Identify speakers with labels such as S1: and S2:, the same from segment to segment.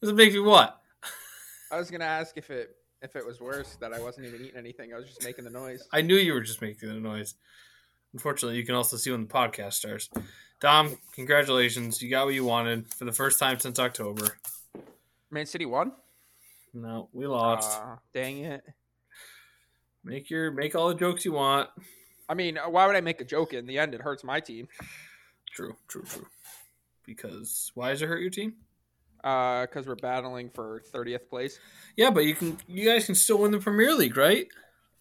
S1: Does it make you what?
S2: I was gonna ask if it if it was worse that I wasn't even eating anything. I was just making the noise.
S1: I knew you were just making the noise. Unfortunately, you can also see when the podcast starts. Dom, congratulations. You got what you wanted for the first time since October.
S2: Man City won.
S1: No, we lost.
S2: Aw, Uh, dang it!
S1: make your make all the jokes you want.
S2: I mean, uh, why would I make a joke in the end? It hurts my team
S1: True, true, true. Because why does it hurt your team?
S2: because uh, we're battling for thirtieth place.
S1: Yeah, but you can you guys can still win the Premier League, right?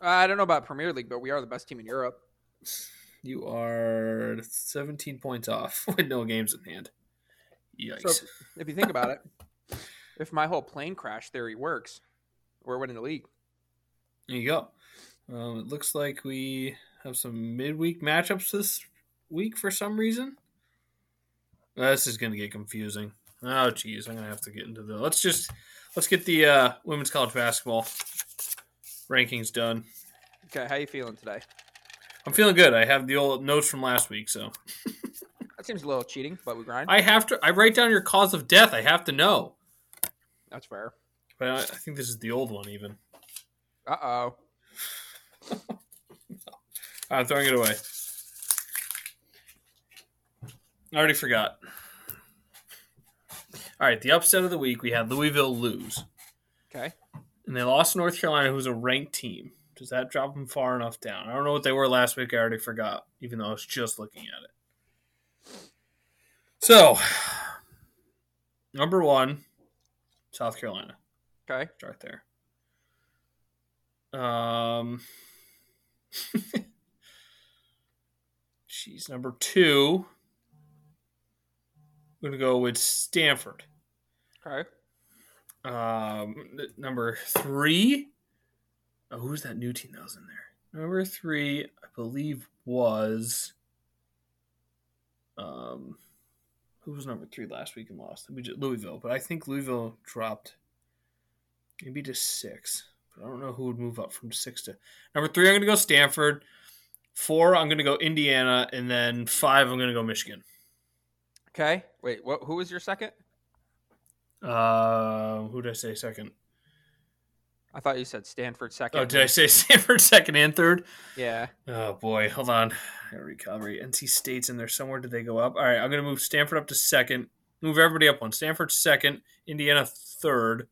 S2: Uh, I don't know about Premier League, but we are the best team in Europe.
S1: You are 17 points off with no games in hand. Yikes.
S2: So if you think about it, if my whole plane crash theory works, we're winning the league.
S1: there you go. Um, it looks like we have some midweek matchups this week for some reason. Uh, This is going to get confusing. Oh, geez, I'm going to have to get into the. Let's just let's get the uh, women's college basketball rankings done.
S2: Okay, how you feeling today?
S1: I'm feeling good. I have the old notes from last week, so
S2: That seems a little cheating, but we grind.
S1: I have to. I write down your cause of death. I have to know.
S2: That's fair.
S1: But I, I think this is the old one, even.
S2: Uh oh.
S1: I'm throwing it away. I already forgot. All right, the upset of the week we had Louisville lose,
S2: Okay.
S1: and they lost to North Carolina, who's a ranked team. Does that drop them far enough down? I don't know what they were last week. I already forgot, even though I was just looking at it. So, number one, South Carolina.
S2: Okay.
S1: Start there. Um, she's number two. I'm gonna go with Stanford.
S2: Okay.
S1: Um, n- number three. Oh, who's that new team that was in there? Number three, I believe, was. Um, who was number three last week and lost? We just, Louisville, but I think Louisville dropped maybe to six. But I don't know who would move up from six to number three. I'm gonna go Stanford. Four, I'm gonna go Indiana, and then five, I'm gonna go Michigan.
S2: Okay. Wait. What? Who was your second?
S1: Uh, who did I say second?
S2: I thought you said Stanford second.
S1: Oh, did I say Stanford second and third?
S2: Yeah.
S1: Oh boy, hold on. Air recovery. NC State's in there somewhere. Did they go up? All right, I'm gonna move Stanford up to second. Move everybody up one. Stanford second, Indiana third,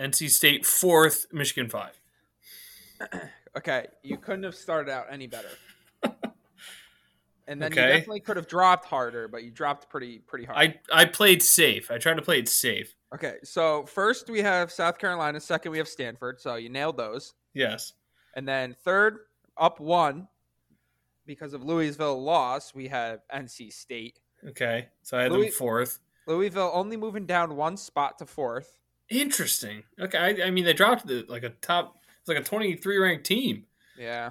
S1: NC State fourth, Michigan five.
S2: Okay. You couldn't have started out any better. And then you
S1: Okay.
S2: definitely could have dropped harder, but you dropped pretty pretty hard.
S1: I I played safe. I tried to play it safe.
S2: Okay, so first we have South Carolina, second we have Stanford, so you nailed those.
S1: Yes.
S2: And then third, up one because of Louisville loss, we have NC State.
S1: Okay. So I had
S2: Louis-
S1: them fourth.
S2: Louisville only moving down one spot to fourth.
S1: Interesting. Okay. I, I mean, they dropped the, like a top. It's like a 23 ranked team.
S2: Yeah.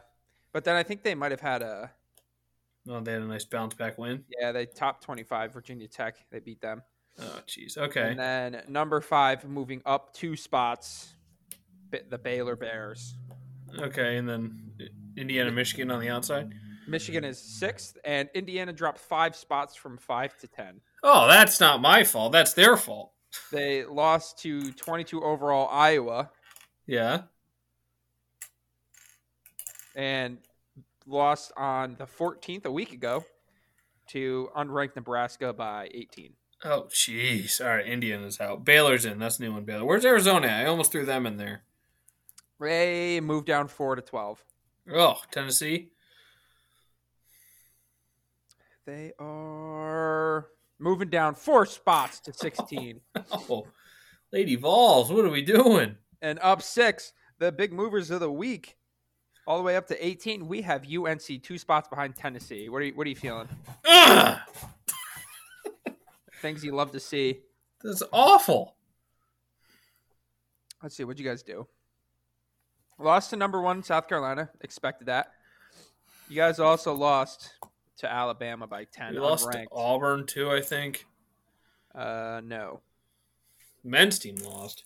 S2: But then I think they might have had a
S1: Oh, they had a nice bounce back win.
S2: yeah, they top 25 Virginia Tech, they beat them.
S1: Oh, jeez. Okay.
S2: And then number 5 moving up two spots Ba- the Baylor Bears.
S1: Okay. And then Indiana, Michigan on the outside.
S2: Michigan is 6th and Indiana dropped 5 spots from 5 to 10.
S1: Oh, that's not my fault. That's their fault.
S2: They lost to 22 overall Iowa
S1: Yeah.
S2: and lost on the 14th a week ago to unranked Nebraska by 18.
S1: Oh, jeez. All right. Indiana's out. Baylor's in. That's a new one. Baylor. Where's Arizona? at? I almost threw them in there.
S2: They moved down 4 to 12.
S1: Oh, Tennessee.
S2: They are moving down 4 spots to 16
S1: Oh, Lady Vols. What are we doing?
S2: and up 6 the big movers of the week. All the way up to 18, we have UNC two spots behind Tennessee. What are you, what are you feeling?
S1: Ugh,
S2: Things you love to see.
S1: that's awful.
S2: Let's see, what'd you guys do? Lost to number one South Carolina. Expected that. You guys also lost to Alabama by ten.
S1: We lost to
S2: unranked.
S1: Auburn too. I think
S2: Uh, no,
S1: men's team lost.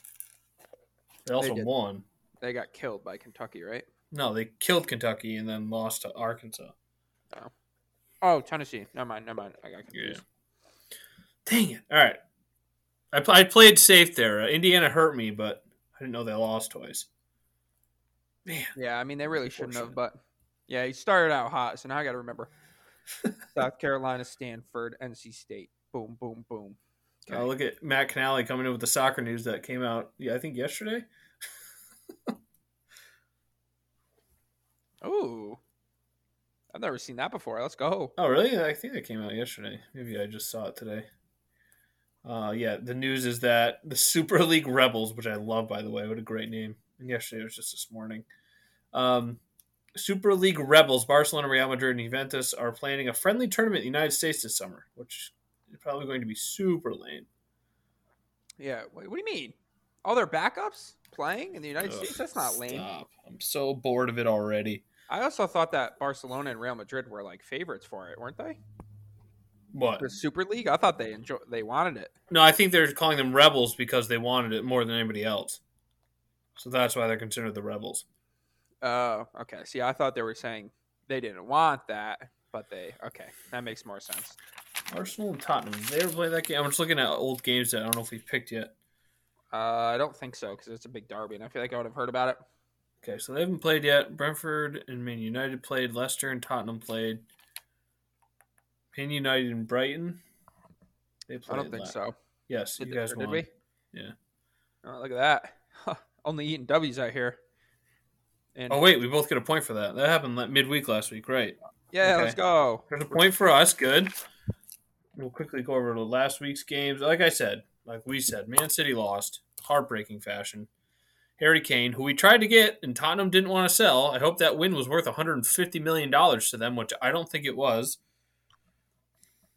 S1: They also
S2: did.
S1: won.
S2: they got killed by Kentucky, right?
S1: No, they killed Kentucky and then lost to Arkansas.
S2: Oh, Tennessee. Never mind. Never mind. I got
S1: Yeah.
S2: confused.
S1: Dang it! All right. I I, pl- I played safe there. Uh, Indiana hurt me, but I didn't know they lost twice. Man,
S2: Yeah, I mean they really shouldn't have, but yeah, he started out hot, so now I got to remember. South Carolina, Stanford, NC State. Boom, boom, boom.
S1: uh, look at Matt Canale coming in with the soccer news that came out. Yeah, I think yesterday.
S2: Oh, I've never seen that before. Let's go.
S1: Oh, really? I think that came out yesterday. Maybe I just saw it today. Uh, yeah, the news is that the Super League Rebels, which I love, by the way, what a great name. And yesterday was just this morning. Um, Super League Rebels, Barcelona, Real Madrid, and Juventus are planning a friendly tournament in the United States this summer, which is probably going to be super lame.
S2: Yeah. Wait, what do you mean? All their backups playing in the United
S1: Ugh,
S2: States? That's not lame.
S1: Stop. I'm so bored of it already.
S2: I also thought that Barcelona and Real Madrid were like favorites for it, weren't they?
S1: What?
S2: The Super League. I thought they enjoy they wanted it.
S1: No, I think they're calling them rebels because they wanted it more than anybody else. So that's why they're considered the rebels.
S2: Oh, okay. See, I thought they were saying they didn't want that, but they okay. That makes more sense.
S1: Arsenal and Tottenham. Did they ever play that game? I'm just looking at old games that I don't know if we picked yet.
S2: Uh, I don't think so because it's a big derby, and I feel like I would have heard about it.
S1: Okay, so they haven't played yet. Brentford and Man United played. Leicester and Tottenham played. Man United and Brighton. They
S2: I
S1: played.
S2: don't think
S1: la-
S2: so.
S1: Yes,
S2: Did,
S1: you
S2: they-
S1: guys
S2: or did
S1: won.
S2: we?
S1: Yeah.
S2: Oh, look at that. Huh, Only eating W's out here. And
S1: Oh wait, we both get a point for that. That happened la- midweek last week, right?
S2: yeah,
S1: okay.
S2: let's go.
S1: There's a point for us. Good. We'll quickly go over to last week's games. Like I said, like we said, Man City lost, heartbreaking fashion. Harry Kane, who we tried to get and Tottenham didn't want to sell. I hope that win was worth 150 million dollars to them, which I don't think it was.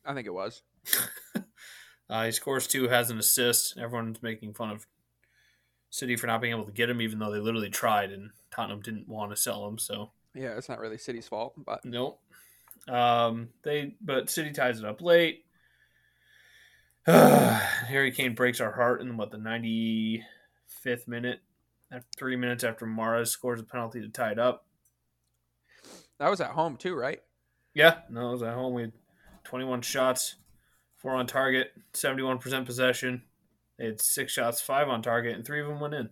S2: I think it was.
S1: Uh, he scores two, has an assist. Everyone's making fun of City for not being able to get him, even though they literally tried and Tottenham didn't want to sell him. So
S2: Yeah, it's not really City's fault, but
S1: Nope. Um, they but City ties it up late. Harry Kane breaks our heart in what the ninety fifth minute, after three minutes after Mara scores a penalty to tie it up.
S2: that was at home too, right?
S1: Yeah, no, it was at home. We had twenty one shots, four on target, seventy one percent possession. They had six shots, five on target, and three of them went in.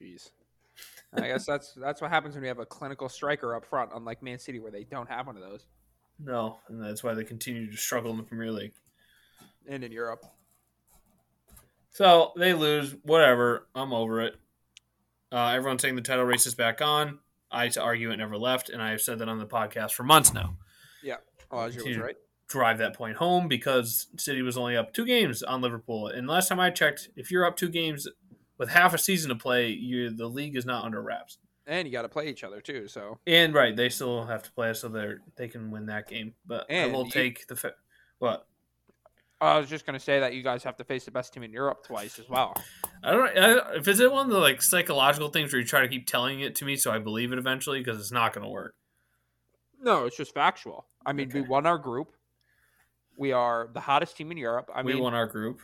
S2: Jeez. I guess that's that's what happens when you have a clinical striker up front, unlike Man City, where they don't have one of those,
S1: No, and that's why they continue to struggle in the Premier League.
S2: and in Europe.
S1: So they lose. Whatever. I'm over it. Uh, everyone's saying the title race is back on. I to argue it never left, and I have said that on the podcast for months now.
S2: Oh, Azure was
S1: Dude.
S2: right.
S1: Drive that point home because City was only up two games on Liverpool, and last time I checked, if you're up two games with half a season to play, you the league is not under wraps.
S2: And you got to play each other too. So
S1: And right, they still have to play, so they they can win that game. But
S2: And
S1: I will
S2: you-
S1: take the fa- what
S2: I was just gonna say that you guys have to face the best team in Europe twice as well.
S1: I don't. I, if it's one of the like psychological things where you try to keep telling it to me so I believe it eventually, because it's not going to work.
S2: No, it's just factual. I mean, we
S1: Okay.
S2: won our group. We are the hottest team in Europe. I
S1: we
S2: mean,
S1: won our group.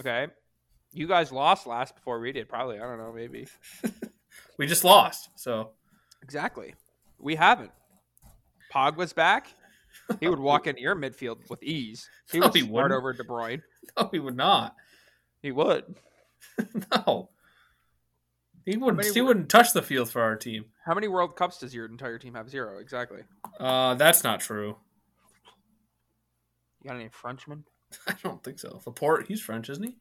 S2: okay. You guys lost last before we did, probably. I don't know, maybe.
S1: We just lost. So
S2: Exactly. We haven't. Pog was back. He would walk into your midfield with ease. He
S1: No,
S2: would
S1: he
S2: start
S1: wouldn't.
S2: over De Bruyne.
S1: no, we would not.
S2: He would.
S1: No, he wouldn't.
S2: many
S1: He
S2: were-
S1: wouldn't touch the field for our team.
S2: How many World Cups does your entire team have? Zero. Exactly.
S1: Uh, that's not true.
S2: You got any Frenchmen?
S1: I don't think so. Laporte, he's French, isn't he?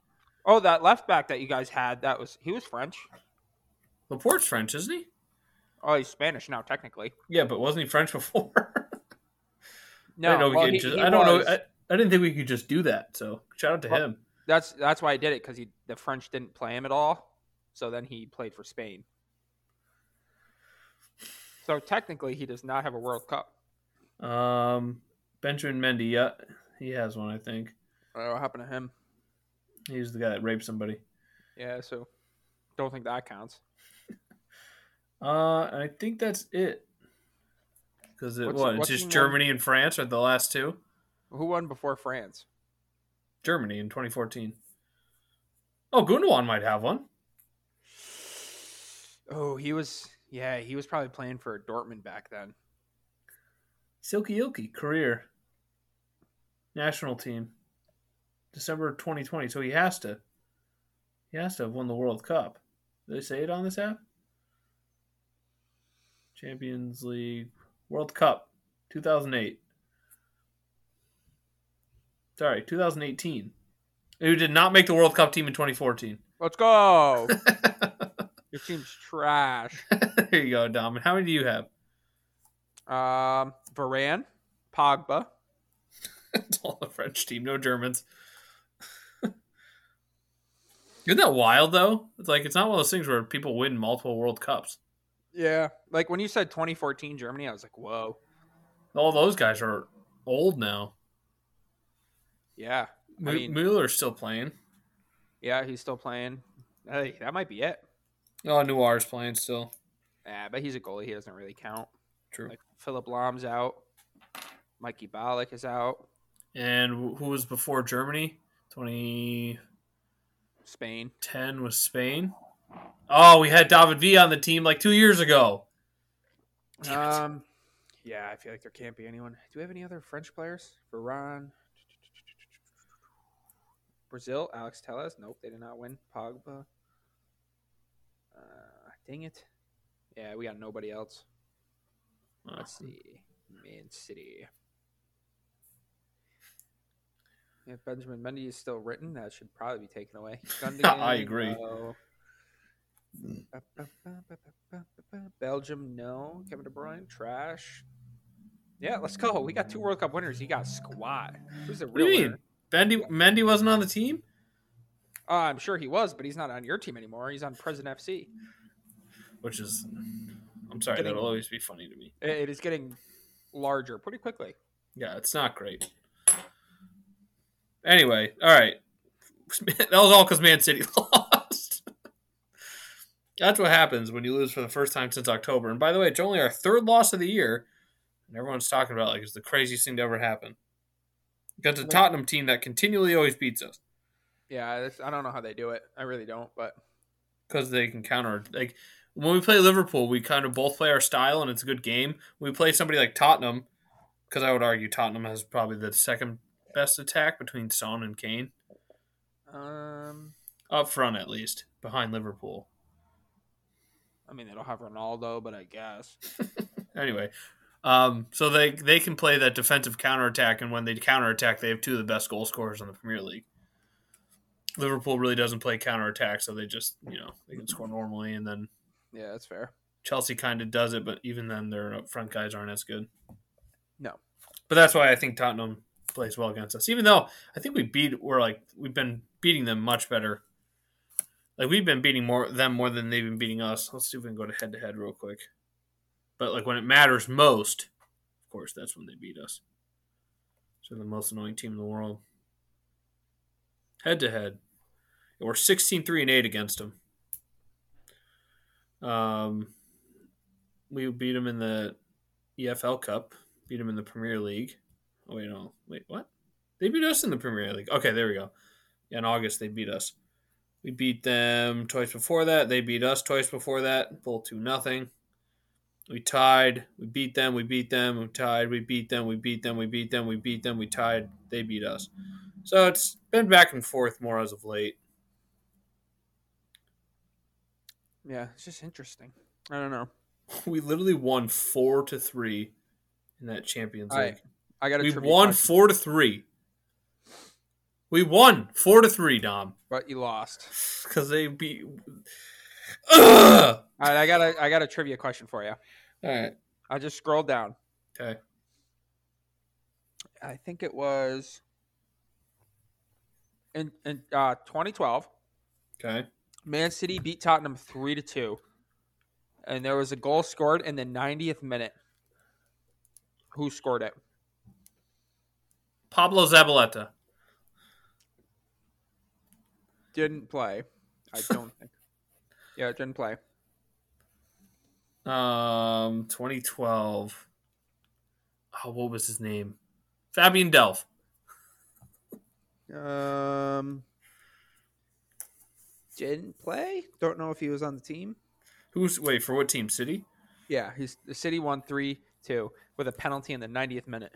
S2: Oh, that left back that you guys had, that was he was French.
S1: Laporte's French, isn't he?
S2: Oh, he's Spanish now, technically.
S1: Yeah, but wasn't he French before? I
S2: No,
S1: didn't know. We
S2: well,
S1: could
S2: he-
S1: just,
S2: he
S1: I don't
S2: was.
S1: know. I, I didn't think we could just do that. So shout out to
S2: Well-
S1: him.
S2: That's that's why I did it because he the French didn't play him at all. So then he played for Spain. So technically, he does not have a World Cup.
S1: Um, Benjamin Mendy, yeah, he has one. I think
S2: Oh, what happened to him?
S1: he's the guy that raped somebody.
S2: Yeah, so don't think that counts.
S1: Uh, I think that's it. Because it
S2: What's-
S1: what? It's
S2: what's
S1: just
S2: in one-
S1: Germany and France are the last two.
S2: Who won before France?
S1: Germany in 2014. Oh, Gundogan might have one.
S2: Oh, he was yeah, he was probably playing for Dortmund back then.
S1: Silky Ilky career, national team. December 2020. So he has to. He has to have won the World Cup. Do they say it on this app? Champions League World Cup 2008. Sorry, 2018. Who did not make the World Cup team in 2014?
S2: Let's go. Your team's trash.
S1: there you go, Dom. How many do you have?
S2: Um, Varane, Pogba.
S1: it's all the French team, no Germans. Isn't that wild though? It's like it's not one of those things where people win multiple World Cups.
S2: Yeah, like when you said 2014 Germany, I was like, whoa.
S1: All those guys are old now.
S2: Yeah, I
S1: Mu-
S2: mean-
S1: Mueller's still playing.
S2: yeah, he's still playing. Hey, that might be it.
S1: Oh, Noir's playing still.
S2: Yeah, but he's a goalie. He doesn't really count.
S1: True.
S2: Like Philip Lahm's out. Mikey Ballack is out.
S1: And wh- who was before Germany? 2010
S2: Spain.
S1: was Spain. Oh, we had David Villa on the team like two years ago. Damn it.
S2: Um, yeah, I feel like there can't be anyone. Do we have any other French players? Varane. Brazil, Alex Telles. Nope, they did not win. Pogba. Uh, dang it. Yeah, we got nobody else.
S1: Uh,
S2: Let's see. Man City. If Benjamin Mendy is still written, that should probably be taken away. Gundogan,
S1: I agree.
S2: no. Belgium, no. Kevin De Bruyne, trash. Yeah, let's go. We got two World Cup winners. You got squat. Who's the
S1: What do
S2: real
S1: you
S2: winner?
S1: mean? Bendy, Mendy wasn't on the team?
S2: Uh, I'm sure he was, but he's not on your team anymore. He's on Prison FC.
S1: Which is, I'm sorry,
S2: Getting-
S1: that'll always be funny to me.
S2: It- it is getting larger pretty quickly.
S1: Yeah, it's not great. Anyway, all right. That was all because Man City lost. That's what happens when you lose for the first time since October. And by the way, it's only our third loss of the year, and everyone's talking about it like it's the craziest thing to ever happen. Against a Tottenham team that continually always beats us
S2: Yeah, it's- I don't know how they do it. I really don't, but
S1: because they can counter. Like when we play Liverpool, we kind of both play our style, and it's a good game. When we play somebody like Tottenham, because I would argue Tottenham has probably the second best attack between Son and Kane.
S2: um,
S1: up front at least behind liverpool
S2: I mean, they don't have Ronaldo, but I guess.
S1: anyway um, so they they can play that defensive counterattack and when they counterattack they have two of the best goal scorers in the premier league liverpool really doesn't play counterattack so they just you know they can score normally and then
S2: Yeah, that's fair.
S1: chelsea kind of does it but even then their up front guys aren't as good
S2: No.
S1: but that's why i think tottenham plays well against us even though i think we beat we're like we've been beating them much better like we've been beating more them more than they've been beating us. Let's see if we can go to head to head real quick. But like when it matters most, of course, that's when they beat us. So the most annoying team in the world. Head to head, we're 16 3 and 8 against them. Um, we beat them in the EFL Cup, beat them in the Premier League. Oh, wait, no, wait, what? They beat us in the Premier League. Okay, there we go. Yeah, in August, they beat us. We beat them twice before that. They beat us twice before that. Full two nothing. We tied. We beat them. We beat them. We tied. We beat them. We beat them. We beat them. We beat them. We tied. They beat us. So it's been back and forth more as of late.
S2: Yeah, it's just interesting. I don't know.
S1: We literally won four to three in that Champions
S2: All right,
S1: League.
S2: I got a
S1: we
S2: trivia
S1: won
S2: question,
S1: four to three. We won four to three, Dom,
S2: but you lost.
S1: because they beat. Ugh!
S2: All right, I got a I got a trivia question for you.
S1: All right.
S2: I just scrolled down.
S1: Okay.
S2: I think it was in in uh, 2012.
S1: Okay.
S2: Man City beat Tottenham three to two, and there was a goal scored in the 90th minute. Who scored it?
S1: Pablo Zabaleta.
S2: Didn't play. I don't think. Yeah, it didn't play.
S1: Um, 2012. Oh, what was his name? Fabian Delph.
S2: Um, didn't play. Don't know if he was on the team.
S1: Who's wait for what team? City.
S2: Yeah, he's the City won three two with a penalty in the 90th minute.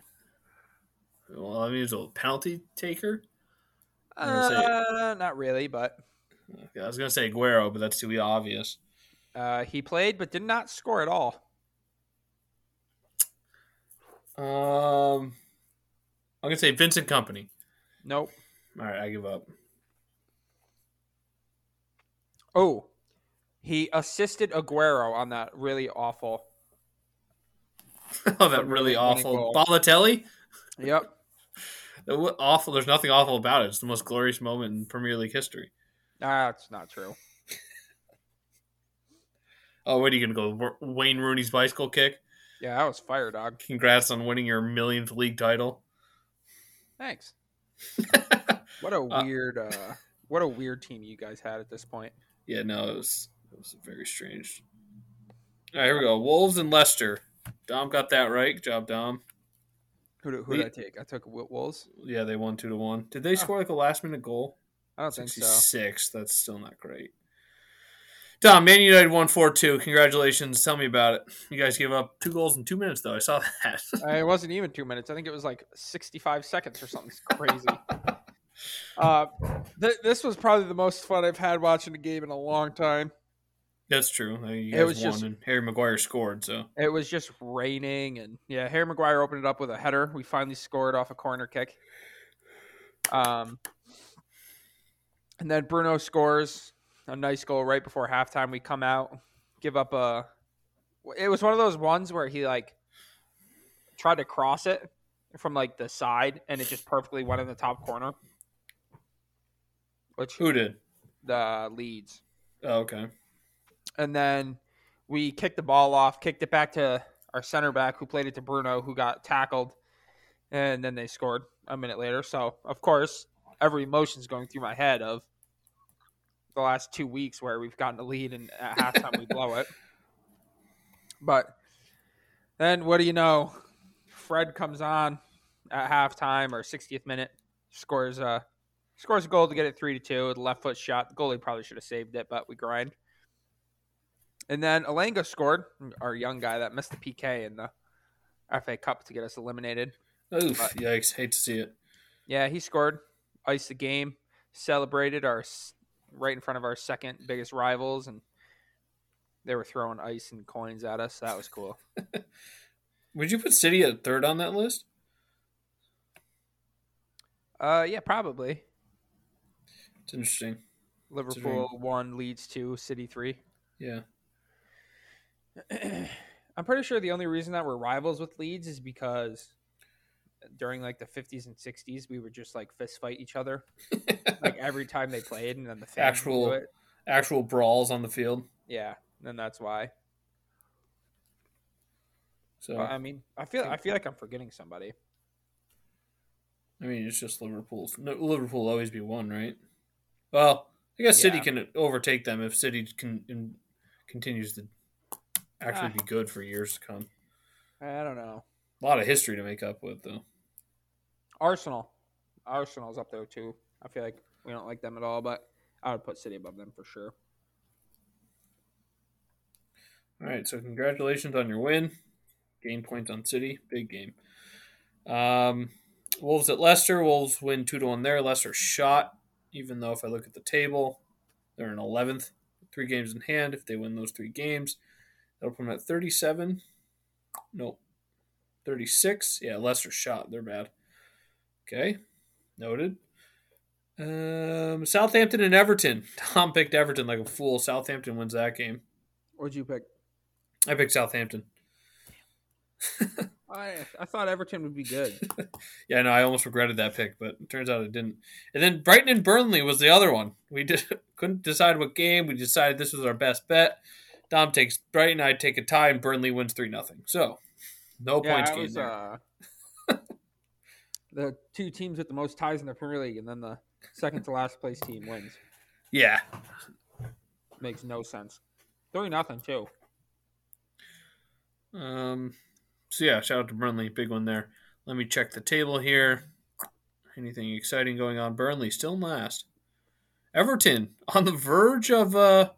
S1: Well, I mean, he was a penalty taker. I'm gonna say-
S2: Uh, not really, but
S1: Okay, I was gonna say Aguero, but that's too obvious.
S2: uh, he played but did not score at all.
S1: Um, I'm gonna say Vincent Company.
S2: Nope.
S1: All right, I give up.
S2: Oh, he assisted Aguero on that really awful.
S1: oh, that really awful Balotelli.
S2: Yep.
S1: That wa- Awful. There's nothing awful about it. It's the most glorious moment in Premier League history.
S2: That's not true.
S1: Oh, what are you gonna go? Wa- Wayne Rooney's bicycle kick.
S2: Yeah, that was fire, dog.
S1: Congrats on winning your millionth league title.
S2: Thanks. What a
S1: Uh,
S2: weird, uh, what a weird team you guys had at this point.
S1: yeah, no, it was it was very strange. All right, here we go. Wolves and Leicester. Dom got that right. Good job, Dom.
S2: Who did, who did I take? I took Wo- Wolves.
S1: Yeah, they won two to one. Did they score like a last minute goal?
S2: I don't think so.
S1: 66. That's still not great. Tom, Man United won 4 2. Congratulations. Tell me about it. You guys gave up two goals in two minutes, though. I saw that.
S2: Uh, it wasn't even two minutes. I think it was like 65 seconds or something crazy. uh, th- this was probably the most fun I've had watching a game in a long time.
S1: That's true. I mean, You
S2: It
S1: guys
S2: was
S1: won,
S2: just-
S1: and Harry Maguire scored, so.
S2: It was just raining, and yeah, Harry Maguire opened it up with a header. We finally scored off a corner kick. Um, and then Bruno scores a nice goal right before halftime. We come out, give up a. It was one of those ones where he like tried to cross it from like the side, and it just perfectly went in the top corner. Which
S1: Who did?
S2: the leads
S1: Oh, okay.
S2: and then we kicked the ball off, kicked it back to our center back who played it to Bruno, who got tackled, and then they scored a minute later. So of course, every emotion's going through my head of the last two weeks where we've gotten a lead and at halftime we blow it. But then what do you know? Fred comes on at halftime or 60th minute, scores a scores a goal to get it three to two with a left foot shot. The goalie probably should have saved it, but we grind. And then Alanga scored, our young guy that missed the PK in the FA Cup to get us eliminated.
S1: Oof.
S2: But-
S1: Yikes. Hate to see it.
S2: Yeah, he scored, iced the game, celebrated our s- right in front of our second biggest rivals, and they were throwing ice and coins at us. That was cool.
S1: Would you put City at third on that list?
S2: Uh, yeah, probably
S1: It's interesting.
S2: Liverpool one leads two, City three.
S1: Yeah.
S2: I'm pretty sure the only reason that we're rivals with Leeds is because during like the 50s and 60s, we would just like fist fight each other like every time they played, and then the fans would do
S1: Actual-
S2: it.
S1: Actual brawls on the field.
S2: Yeah, and that's why.
S1: So,
S2: But, I mean, I feel I feel like I'm forgetting somebody.
S1: I mean, it's just Liverpool's. No, Liverpool will always be one, right? Well, I guess City
S2: Yeah.
S1: can overtake them if City can in, continues to actually
S2: Ah.
S1: be good for years to come.
S2: I don't know.
S1: A lot of history to make up with, though.
S2: Arsenal. Arsenal's up there too. I feel like we don't like them at all, but I would put City above them for sure.
S1: All right, so congratulations on your win. Game point on City, big game. Um, Wolves at Leicester. Wolves win two to one there. Leicester shot, even though if I look at the table, they're in eleventh, three games in hand. If they win those three games, that'll put them at thirty-seven. Nope, thirty-six. Yeah, Leicester shot. They're bad. Okay, noted. Um, Southampton and Everton. Tom picked Everton like a fool. Southampton wins that game.
S2: What'd you pick?
S1: I picked Southampton.
S2: I I thought Everton would be good.
S1: Yeah, no, I almost regretted that pick, but it turns out it didn't. And then Brighton and Burnley was the other one. We did, couldn't decide what game. We decided this was our best bet. Dom takes Brighton, I take a tie, and Burnley wins 3 nothing. So, no
S2: yeah,
S1: points
S2: I
S1: gained
S2: was,
S1: there.
S2: uh, the two teams with the most ties in the Premier League, and then the second to last place team wins.
S1: Yeah.
S2: Makes no sense. Three nothing too.
S1: Um, so, yeah, shout out to Burnley. Big one there. Let me check the table here. Anything exciting going on? Burnley still in last. Everton on the verge of uh,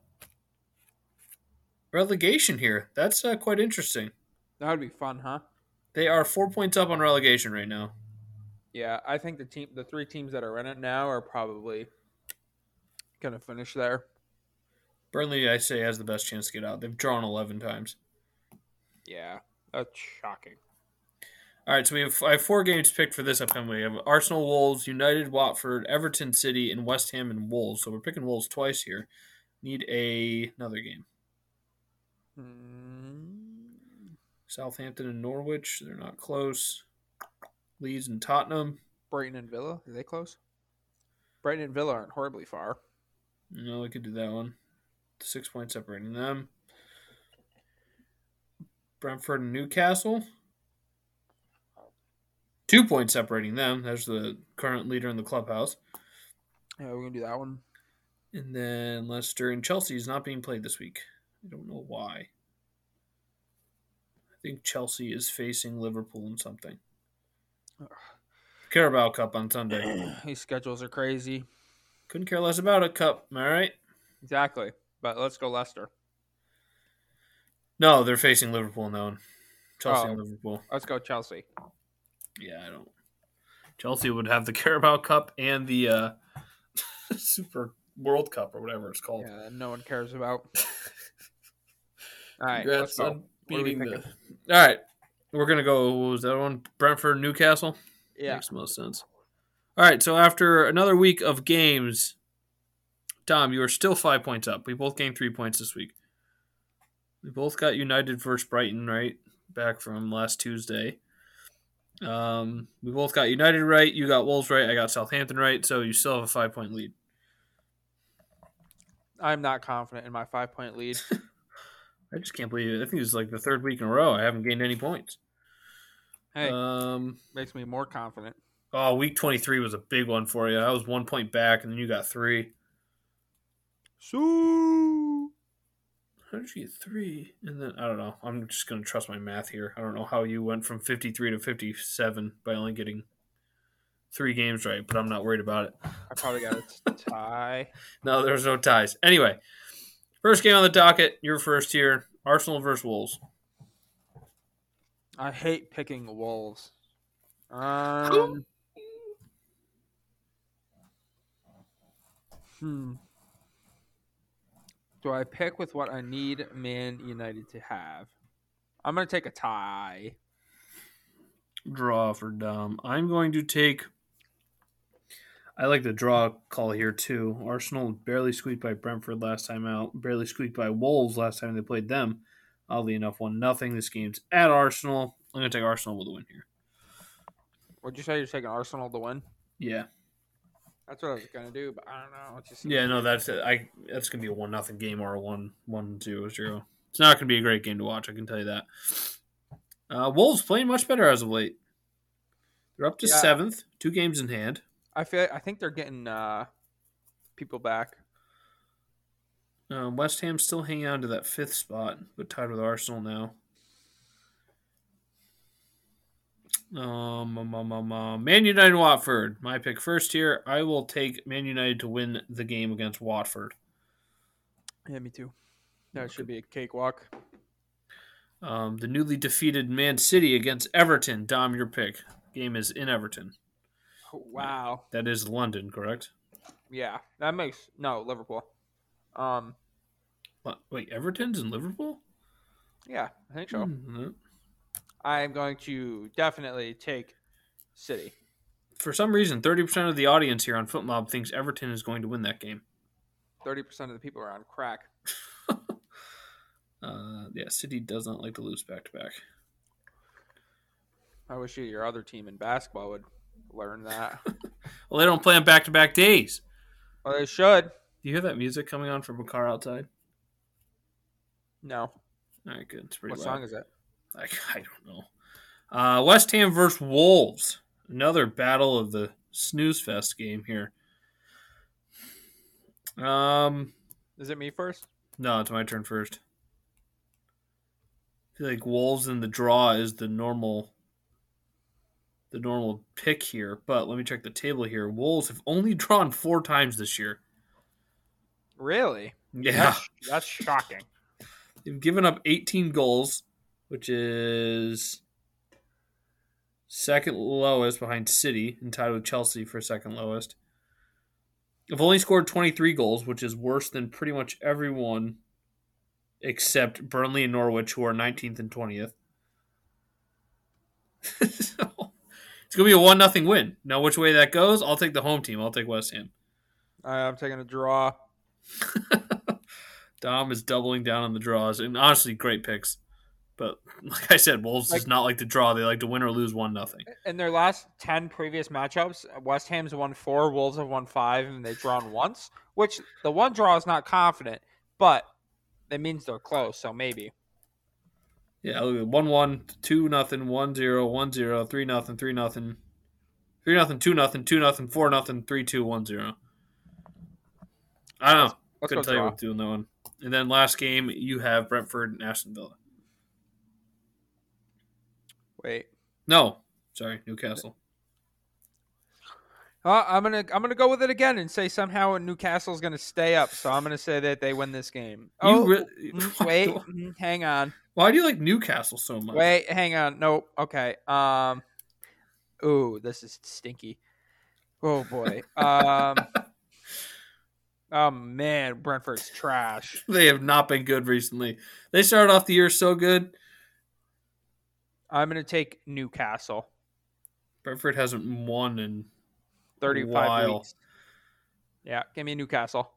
S1: relegation here. That's uh, quite interesting.
S2: That would be fun, huh?
S1: They are four points up on relegation right now.
S2: Yeah, I think the team, the three teams that are in it now, are probably going to finish there.
S1: Burnley, I say, has the best chance to get out. They've drawn 11 times.
S2: Yeah, that's shocking.
S1: All right, so we have I have four games picked for this upcoming. We have Arsenal, Wolves, United, Watford, Everton City, and West Ham and Wolves. So we're picking Wolves twice here. Need a another game.
S2: Mm,
S1: Southampton and Norwich, they're not close. Leeds and Tottenham,
S2: Brighton and Villa, are they close? Brighton and Villa aren't horribly far.
S1: no, we could do that one. Six points separating them. Brentford and Newcastle, two points separating them. There's the current leader in the clubhouse.
S2: Yeah, we're gonna do that one.
S1: And then Leicester and Chelsea is not being played this week. I don't know why. I think Chelsea is facing Liverpool in something.
S2: Ugh.
S1: Carabao Cup on Sunday.
S2: These schedules are crazy.
S1: Couldn't care less about a cup, am I right?
S2: Exactly, but let's go Leicester.
S1: No, they're facing Liverpool in that one. Chelsea
S2: Oh.
S1: and Liverpool.
S2: Let's go Chelsea.
S1: Yeah, I don't. Chelsea would have the Carabao Cup and the uh, Super World Cup or whatever it's called.
S2: Yeah, that no one cares about. All right,
S1: Congrats
S2: let's go.
S1: on
S2: What are we
S1: beating the. All right, we're gonna go. What was that one? Brentford, Newcastle.
S2: Yeah,
S1: makes the most sense. All right, so after another week of games, Tom, you are still five points up. We both gained three points this week. We both got United versus Brighton right back from last Tuesday. Um, we both got United right. You got Wolves right. I got Southampton right. So you still have a five point lead.
S2: I'm not confident in my five point lead.
S1: I just can't believe it. I think it's like the third week in a row I haven't gained any points.
S2: Hey,
S1: Um,
S2: makes me more confident.
S1: oh, week twenty three was a big one for you. I was one point back, and then you got three.
S2: So
S1: How did you get three? And then I don't know. I'm just gonna trust my math here. I don't know how you went from 53 to 57 by only getting three games right, but I'm not worried about it.
S2: I probably got a t- tie.
S1: No, there's no ties. Anyway, first game on the docket. You're first here. Arsenal versus Wolves.
S2: I hate picking wolves. Um, hmm. Do I pick with what I need Man United to have? I'm going to take a tie.
S1: Draw for Dom. I'm going to take. I like the draw call here too. Arsenal barely squeaked by Brentford last time out. Barely squeaked by Wolves last time they played them. Oddly enough, one nothing. This game's at Arsenal. I'm gonna take Arsenal with a win here.
S2: Would you say you're taking Arsenal to win?
S1: Yeah,
S2: That's what I was going to do, but I don't know. It just seems
S1: yeah. No, that's it. I. That's gonna be a one nothing game or a one one zero zero. It's not gonna be a great game to watch. I can tell you that. Uh, Wolves playing much better as of late. They're up to
S2: Yeah.
S1: seventh, two games in hand.
S2: I feel. I think they're getting uh, people back.
S1: Um, West Ham still hanging on to that fifth spot, but tied with Arsenal now. Um, um, um, um, um, Man United and Watford. My pick first here. I will take Man United to win the game against Watford.
S2: Yeah, me too. That should be a cakewalk. Oh,
S1: Um, the newly defeated Man City against Everton. Dom, your pick. Game is in Everton.
S2: Wow.
S1: That is London, correct?
S2: Yeah, that makes no Liverpool. Um,
S1: What? Wait, Everton's in Liverpool?
S2: yeah, I think so.
S1: Mhm.
S2: I'm going to definitely take City.
S1: For some reason, 30% of the audience here on FootMob thinks Everton is going to win that game.
S2: Thirty percent of the people are on crack.
S1: Uh, yeah, City does not like to lose back to back.
S2: I wish you your other team in basketball would learn that.
S1: Well, they don't play on back to back days.
S2: well, they should.
S1: Do you hear that music coming on from a car outside?
S2: No.
S1: All right, good. It's pretty
S2: what
S1: loud.
S2: song is it?
S1: Like, I don't know. Uh, West Ham versus Wolves. Another battle of the snooze fest game here. Um,
S2: Is it me first?
S1: no, it's my turn first. I feel like Wolves and the draw is the normal, the normal pick here. But let me check the table here. Wolves have only drawn four times this year.
S2: Really?
S1: Yeah,
S2: That's, that's shocking.
S1: they've given up 18 goals, which is second lowest behind City, and tied with Chelsea for second lowest. Have only scored 23 goals, which is worse than pretty much everyone except Burnley and Norwich, who are 19th and 20th. so, it's going to be a 1 nothing win. Now, which way that goes, I'll take the home team. I'll take West Ham.
S2: All right, I'm taking a draw.
S1: Dom is doubling down on the draws, and honestly, great picks. But like I said, Wolves
S2: Like-
S1: does not like to draw. They like to win or lose 1 nothing.
S2: In their last 10 previous matchups, West Ham's won four, Wolves have won five, and they've drawn once, which the one draw is not confident, but it means they're close, so maybe.
S1: Yeah, look at 1 1, 2 nothing, 1 0, 1 0, 3 nothing, 3 nothing, 3 nothing, 2 nothing, 2 nothing, 4 nothing, 3 2, 1 0. I don't know.
S2: Let's
S1: Couldn't
S2: go
S1: tell you
S2: draw.
S1: what's doing that one. And then last game, you have Brentford and Aston Villa.
S2: Wait.
S1: No, sorry, Newcastle.
S2: Uh, I'm gonna I'm gonna go with it again and say somehow Newcastle's gonna stay up, so I'm gonna say that they win this game. Oh,
S1: you re-
S2: mm, wait, mm, hang on,
S1: Why do you like Newcastle so much?
S2: wait, hang on. Nope. Okay. Um. Ooh, this is stinky. Oh boy. Um. oh man, Brentford's trash.
S1: They have not been good recently. They started off the year so good.
S2: I'm gonna take Newcastle.
S1: Brentford hasn't won in
S2: Thirty-five
S1: Wow.
S2: weeks. Yeah, give me Newcastle.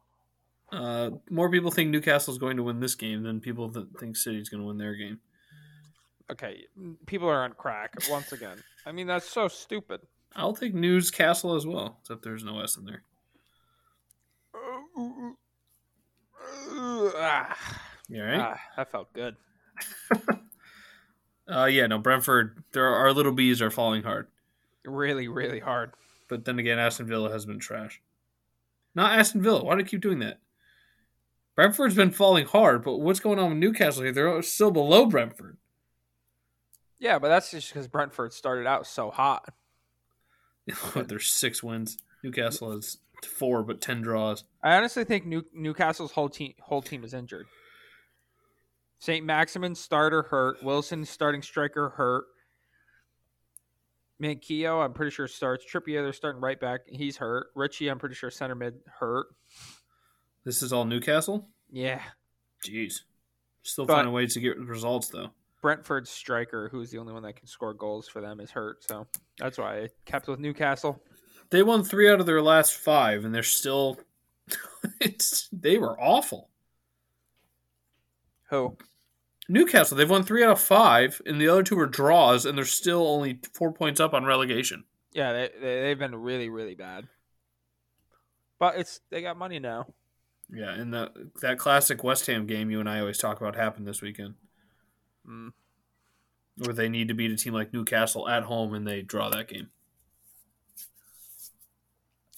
S1: uh, more people think Newcastle's going to win this game than people that think City's going to win their game.
S2: Okay, people are on crack once again. I mean, that's so stupid.
S1: I'll take Newcastle as well, except there's no S in there.
S2: Ah,
S1: You all right?
S2: that felt good.
S1: Uh, yeah, no, Brentford. There are, our little bees are falling hard.
S2: Really, really hard.
S1: But then again, Aston Villa has been trash. Not Aston Villa. Why do I keep doing that? Brentford's been falling hard, but what's going on with Newcastle here? They're still below Brentford.
S2: Yeah, but that's just because Brentford started out so hot.
S1: With their six wins, Newcastle has four but ten draws.
S2: I honestly think New- Newcastle's whole team whole team is injured. Saint Maximin starter hurt. Wilson starting striker hurt. Mankio, I'm pretty sure starts. Trippier, they're starting right back. He's hurt. Richie, I'm pretty sure center mid hurt.
S1: This is all Newcastle.
S2: Yeah,
S1: Jeez, still
S2: But-
S1: finding ways to get results though.
S2: Brentford's striker, who's the only one that can score goals for them, is hurt. So that's why I kept with Newcastle.
S1: They won three out of their last five, and they're still. it's they were awful.
S2: Who?
S1: Newcastle. They've won three out of five, and the other two were draws, and they're still only four points up on relegation.
S2: Yeah, they, they they've been really really bad. But it's they got money now.
S1: Yeah, and that that classic West Ham game you and I always talk about happened this weekend,
S2: Mm.
S1: where they need to beat a team like Newcastle at home and they draw that game.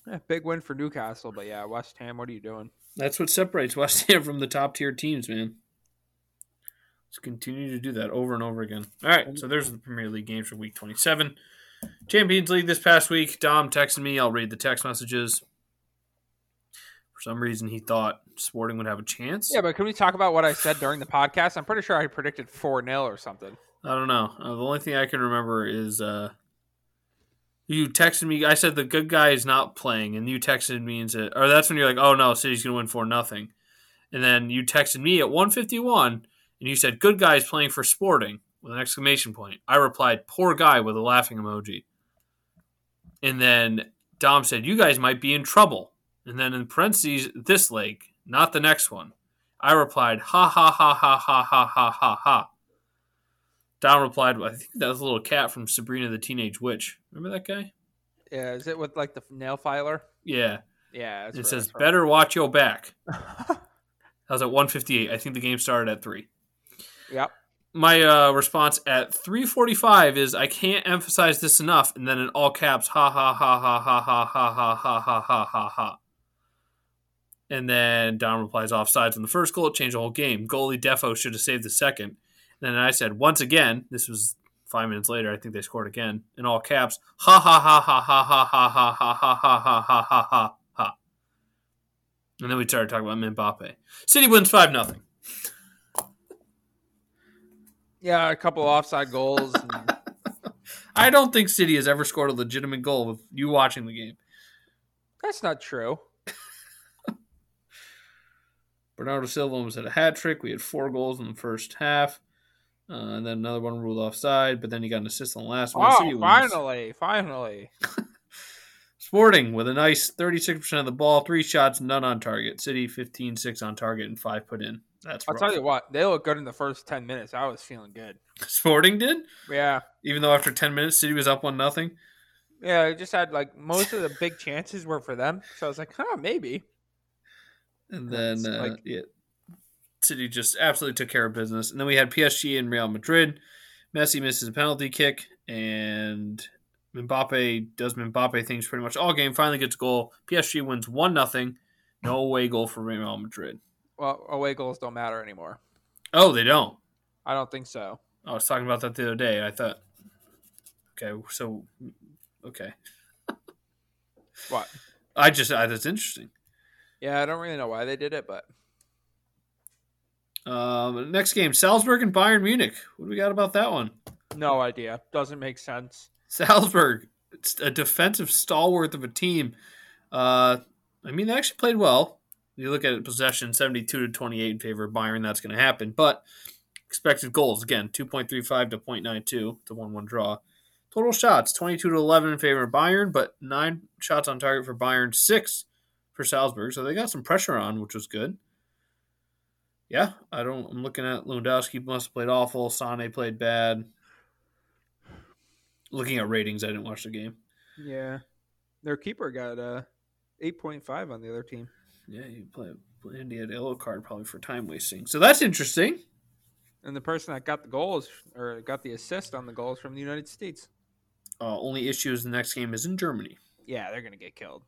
S2: Yeah, big win for Newcastle, but yeah, West Ham. What are you doing?
S1: That's what separates West Ham from the top tier teams, man. Just continue to do that over and over again. All right, so there's the Premier League games for Week 27. Champions League this past week. Dom texted me. I'll read the text messages. For some reason, he thought Sporting would have a chance.
S2: Yeah, but can we talk about what I said during the podcast? I'm pretty sure I predicted four 0 or something.
S1: I don't know. Uh, the only thing I can remember is uh, you texted me. I said the good guy is not playing, and you texted me and said, or that's when you're like, "Oh no, City's gonna win for nothing." And then you texted me at 151, and you said, "Good guy is playing for Sporting" with an exclamation point. I replied, "Poor guy" with a laughing emoji. And then Dom said, "You guys might be in trouble." And then in parentheses, this leg, not the next one. I replied, "Ha ha ha ha ha ha ha ha ha." Don replied, I think that was a little cat from Sabrina the Teenage Witch. Remember that guy?
S2: Yeah, is it with like the nail filer?
S1: Yeah.
S2: Yeah, that's
S1: it
S2: right,
S1: says,
S2: that's right.
S1: better watch your back. I was at 158. I think the game started at 3.
S2: Yep.
S1: My uh, response at 345 is, I can't emphasize this enough. And then in all caps, ha ha ha ha ha ha ha ha ha ha ha ha ha. And then Don replies, offsides on the first goal. It changed the whole game. Goalie Defo should have saved the second. And then I said, once again, this was five minutes later. I think they scored again in all caps. Ha ha ha ha ha ha ha ha ha ha ha ha ha ha ha ha. And then we started talking about Mbappe. City wins five nothing.
S2: Yeah, a couple offside goals. and-
S1: I don't think City has ever scored a legitimate goal with you watching the game.
S2: That's not true.
S1: Bernardo Silva almost had a hat trick. We had four goals in the first half. Uh, and then another one ruled offside, but then he got an assist on the last one. City
S2: Oh,
S1: wins.
S2: finally, finally.
S1: Sporting with a nice 36% of the ball, three shots, none on target. City 15 6 on target and five put in. That's
S2: I'll
S1: rough.
S2: tell you what, they look good in the first ten minutes. I was feeling good.
S1: Sporting did,
S2: Yeah,
S1: even though after 10 minutes, City was up 1 nothing.
S2: yeah. I just had like most of the big chances were for them, so I was like, huh, maybe.
S1: And then
S2: It's
S1: uh,
S2: like-
S1: yeah, City just absolutely took care of business. And then we had PSG and Real Madrid. Messi misses a penalty kick, and Mbappe does Mbappe things pretty much all game. Finally gets a goal. PSG wins one nothing. No away goal for Real Madrid.
S2: Well, away goals don't matter anymore.
S1: Oh, they don't.
S2: I don't think so.
S1: I was talking about that the other day. I thought, okay, so okay,
S2: What?
S1: I just I, that's interesting.
S2: Yeah, I don't really know why they did it, but
S1: Um, next game, Salzburg and Bayern Munich. What do we got about that one?
S2: no idea. Doesn't make sense.
S1: Salzburg, it's a defensive stalwart of a team. Uh, I mean, they actually played well. You look at it, possession 72 to 28 in favor of Byron. That's going to happen. But expected goals, again, 2.35 to 0.92 to 1 1 draw. Total shots, 22 to 11 in favor of Bayern, but nine shots on target for Bayern, six for Salzburg. So they got some pressure on, which was good. Yeah, I don't. I'm looking at Lewandowski must have played awful. Sane played bad. Looking at ratings, I didn't watch the game.
S2: Yeah, their keeper got uh eight point five on the other team.
S1: Yeah, you play India had a yellow card probably for time wasting. So that's interesting.
S2: And the person that got the goals or got the assist on the goals from the United States.
S1: Uh, only issue is the next game is in Germany.
S2: Yeah, they're gonna get killed.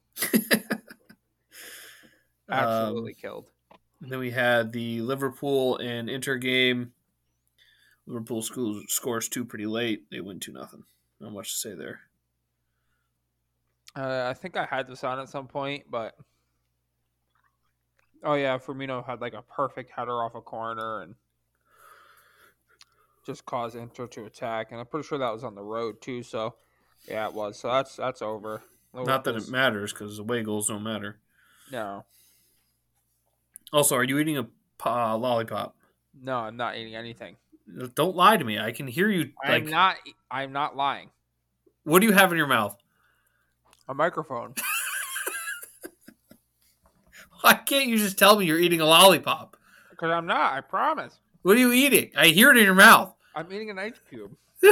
S2: Um, Absolutely killed.
S1: Um, And then we had the Liverpool and Inter game. Liverpool schools, scores two pretty late. They win two nothing. Not much to say there.
S2: Uh, I think I had this on at some point, but oh yeah, Firmino had like a perfect header off a corner and just caused Inter to attack, and I'm pretty sure that was on the road too. So yeah, it was. So that's that's over.
S1: Not that it
S2: Liverpool's-
S1: matters because away goals don't matter.
S2: No,
S1: Also, are you eating a pa- lollipop? Uh,
S2: no, I'm not eating anything.
S1: Don't lie to me. I can hear you. Like,
S2: I'm not. I'm not lying.
S1: what do you have in your mouth?
S2: A microphone.
S1: Why can't you just tell me you're eating a lollipop?
S2: Because I'm not. I promise.
S1: What are you eating? I hear it in your mouth.
S2: I'm eating an ice cube.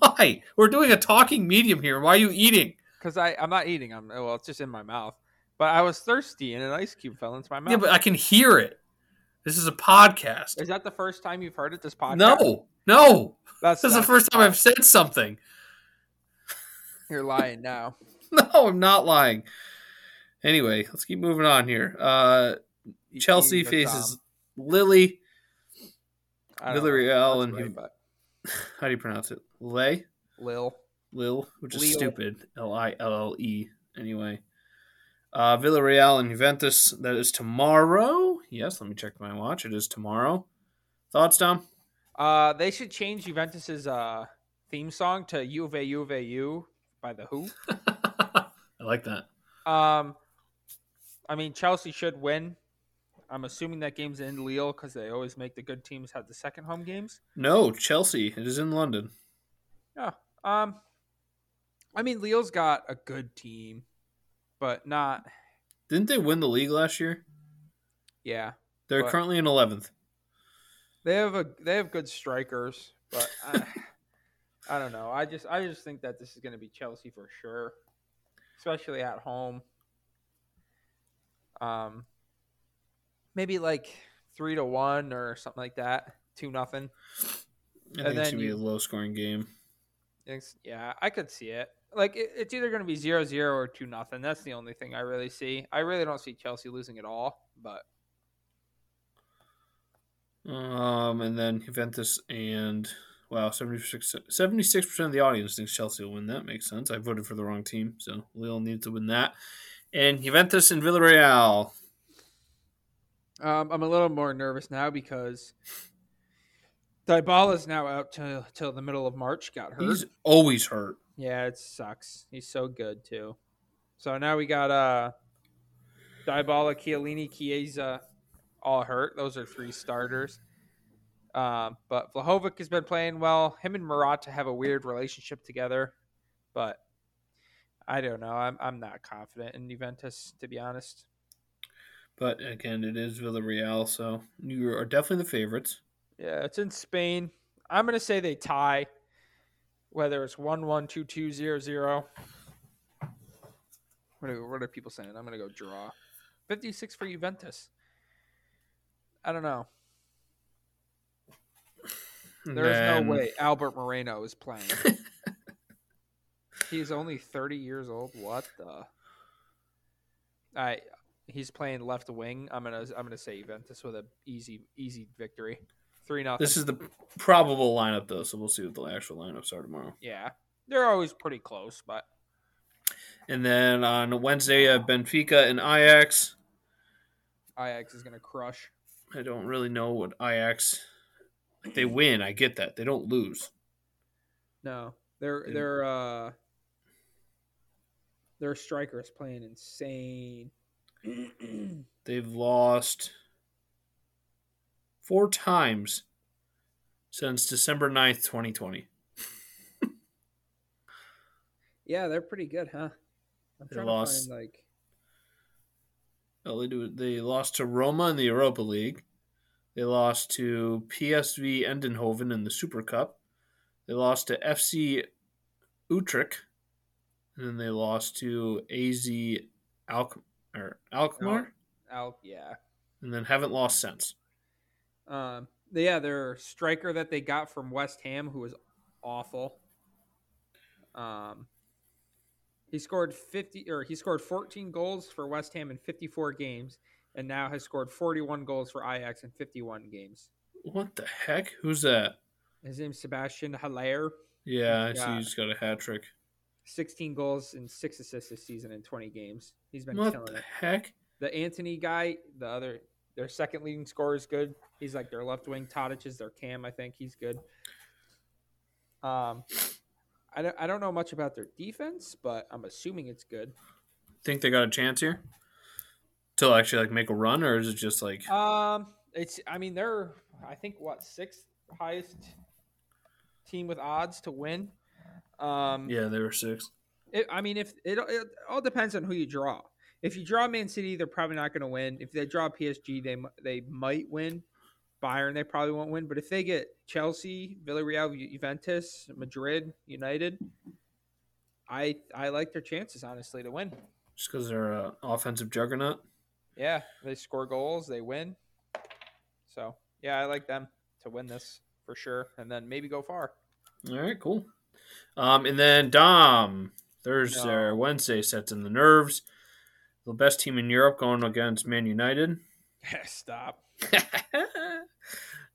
S1: Why? We're doing a talking medium here. Why are you eating?
S2: Because I I'm not eating. I'm well. It's just in my mouth. But I was thirsty, and an ice cube fell into my mouth.
S1: Yeah, but I can hear it. This is a podcast.
S2: Is that the first time you've heard it? This podcast?
S1: No, no.
S2: that's
S1: This is the
S2: not-
S1: first time I've said something.
S2: You're lying now.
S1: No, I'm not lying. Anyway, let's keep moving on here. Uh,
S2: You-
S1: Chelsea
S2: you just,
S1: faces
S2: um,
S1: Lily.
S2: I don't know.
S1: Villarreal
S2: That's
S1: and
S2: right,
S1: who-
S2: but
S1: How do you pronounce it? Lay?
S2: Lil.
S1: Lil, which is
S2: Lille.
S1: stupid. L I L L E. Anyway, uh, Villarreal and Juventus. That is tomorrow. Yes, let me check my watch. It is tomorrow. Thoughts, Dom?
S2: Uh, they should change Juventus's uh theme song to Juve Juve U by the Who.
S1: I like that.
S2: Um, I mean Chelsea should win. I'm assuming that game's in Lille because they always make the good teams have the second home games.
S1: No, Chelsea. It is in London.
S2: Um, I mean, Lille's got a good team, but not.
S1: Didn't they win the league last year?
S2: Yeah,
S1: They're
S2: What?
S1: currently in eleventh.
S2: they have a they have good strikers, but I, I don't know. I just I just think that this is going to be Chelsea for sure, especially at home. Um, maybe like three to one or something like that. Two nothing.
S1: I
S2: And
S1: think it's
S2: then
S1: gonna be
S2: you-
S1: a low scoring game.
S2: It's- Yeah, I could see it. Like it, it's either going to be zero zero or two nothing. That's the only thing I really see. I really don't see Chelsea losing at all, but.
S1: Um, and then Juventus and wow, 76 percent of the audience thinks Chelsea will win. That makes sense. I voted for the wrong team, so Lille needs to win that. And Juventus and Villarreal.
S2: Um, I'm a little more nervous now because Dybala's now out till till the middle of March. Got hurt.
S1: He's always hurt.
S2: Yeah, it sucks. He's so good too. So now we got uh Dybala, Chiellini, Chiesa, all hurt. Those are three starters. Um, but Vlahovic has been playing well. Him and Murata have a weird relationship together, but I don't know. I'm I'm not confident in Juventus to be honest.
S1: But again, it is Villarreal, so you are definitely the favorites.
S2: Yeah, it's in Spain. I'm gonna say they tie, whether it's one one two two zero zero. What are, what are people saying? I'm gonna go draw. Fifty six for Juventus. I don't know. There's
S1: Then-
S2: no way Albert Moreno is playing. he's only 30 years old. What the? I he's playing left wing. I'm gonna I'm gonna say Juventus with a easy easy victory, three nothing.
S1: This is the probable lineup, though, so we'll see what the actual lineups are tomorrow.
S2: yeah, they're always pretty close, but
S1: And then on Wednesday, uh, Benfica and Ajax.
S2: Ajax is gonna crush.
S1: I don't really know what Ajax. Like they win, I get that. They don't lose.
S2: No, they're
S1: Dude.
S2: they're uh their striker is playing insane.
S1: They've lost four times since December 9th, 2020.
S2: yeah, they're pretty good, huh? I'm
S1: They
S2: trying
S1: lost-
S2: to find like
S1: Oh, they, do, they lost to Roma in the Europa League. They lost to PSV Eindhoven in the Super Cup. They lost to FC Utrecht. And then they lost to AZ Alk- or Alkmaar.
S2: out. Yeah,
S1: And then haven't lost since.
S2: Um, they- yeah, their striker that they got from West Ham, who was awful. Um, he scored fifty or he scored fourteen goals for West Ham in fifty-four games, and now has scored forty-one goals for Ajax in fifty-one games.
S1: What the heck? Who's that?
S2: His name's Sebastian Haller.
S1: Yeah, I
S2: Who's
S1: see
S2: that?
S1: he's got a hat trick.
S2: Sixteen goals and six assists this season in twenty games. He's been
S1: What
S2: killing
S1: the
S2: it.
S1: heck?
S2: The Anthony guy, the other, their second leading scorer is good. He's like their left wing. Tadic is their cam. I think he's good. Um, I don't, I don't know much about their defense, but I'm assuming it's good.
S1: Think they got a chance here? To actually like make a run, or is it just like
S2: Um, it's I mean they're I think what sixth highest team with odds to win. Um,
S1: yeah, they were six.
S2: It, I mean, if it, it all depends on who you draw. If you draw Man City, they're probably not going to win. If they draw PSG, they m- they might win. Bayern, they probably won't win. But if they get Chelsea, Villarreal, Ju- Juventus, Madrid, United, I I like their chances honestly to win.
S1: Just because they're an offensive juggernaut.
S2: Yeah, they score goals, they win. So yeah, I like them to win this for sure, and then maybe go far.
S1: All right, cool. Um, and then Dom Thursday
S2: No.
S1: or Wednesday sets in the nerves. The best team in Europe going against Man United.
S2: Stop.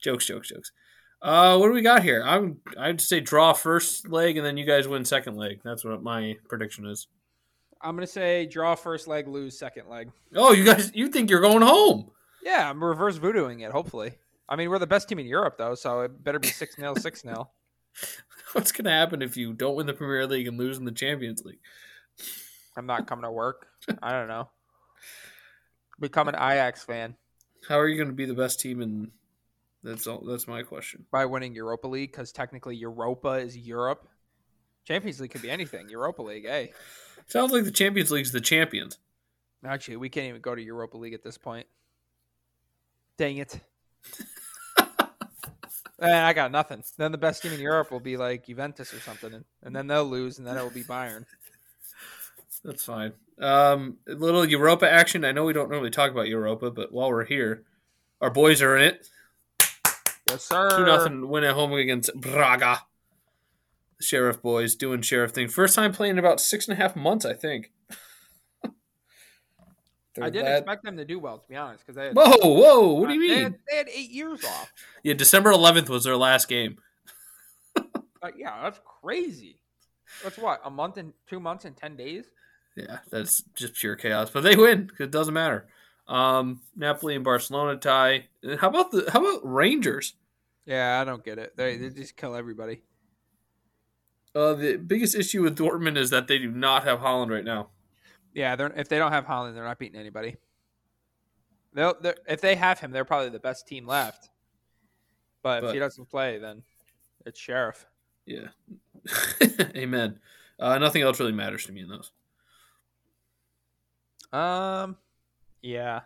S1: jokes, jokes, jokes. Uh, what do we got here? I'm I'd say draw first leg and then you guys win second leg. That's what my prediction is.
S2: I'm gonna say draw first leg, lose second leg.
S1: Oh, you guys, you think you're going home?
S2: Yeah, I'm reverse voodooing it, hopefully. I mean, we're the best team in Europe, though, so it better be 6 0, 6 0.
S1: What's going to happen if you don't win the Premier League and lose in the Champions League?
S2: I'm not coming to work. I don't know. Become an Ajax fan
S1: How are you going to be the best team in? That's all. That's my question.
S2: by winning Europa League because technically Europa is Europe. Champions League could be anything. Europa League, hey.
S1: Sounds like the Champions League's the champions.
S2: Actually, we can't even go to Europa League at this point. Dang it. Man, I got nothing. Then the best team in Europe will be like Juventus or something, and, and then they'll lose, and then it will be Bayern.
S1: That's fine. Um, a little Europa action. I know we don't normally talk about Europa, but while we're here, our boys are in it.
S2: Yes, sir.
S1: Two nothing win at home against Braga. The Sheriff boys doing sheriff thing. First time playing in about six and a half months, I think.
S2: I
S1: They're
S2: didn't
S1: lad-
S2: expect them to do well, to be honest, because they had,
S1: Whoa, whoa! What do you
S2: they
S1: mean?
S2: had, they had eight years off.
S1: Yeah, December 11th was their last game.
S2: Like, yeah, that's crazy. That's what a month and two months and ten days.
S1: Yeah, that's just pure chaos. But they win. 'cause It doesn't matter. Um, Napoli and Barcelona tie. And How about the how about Rangers?
S2: Yeah, I don't get it. They, they just kill everybody.
S1: Uh, the biggest issue with Dortmund is that they do not have Holland right now.
S2: Yeah, they're if they don't have Holland, they're not beating anybody. They'll they're, if they have him, they're probably the best team left. But, if
S1: But-
S2: he doesn't play, then it's Sheriff.
S1: Yeah. Amen. Uh, nothing else really matters to me in those.
S2: Um, yeah,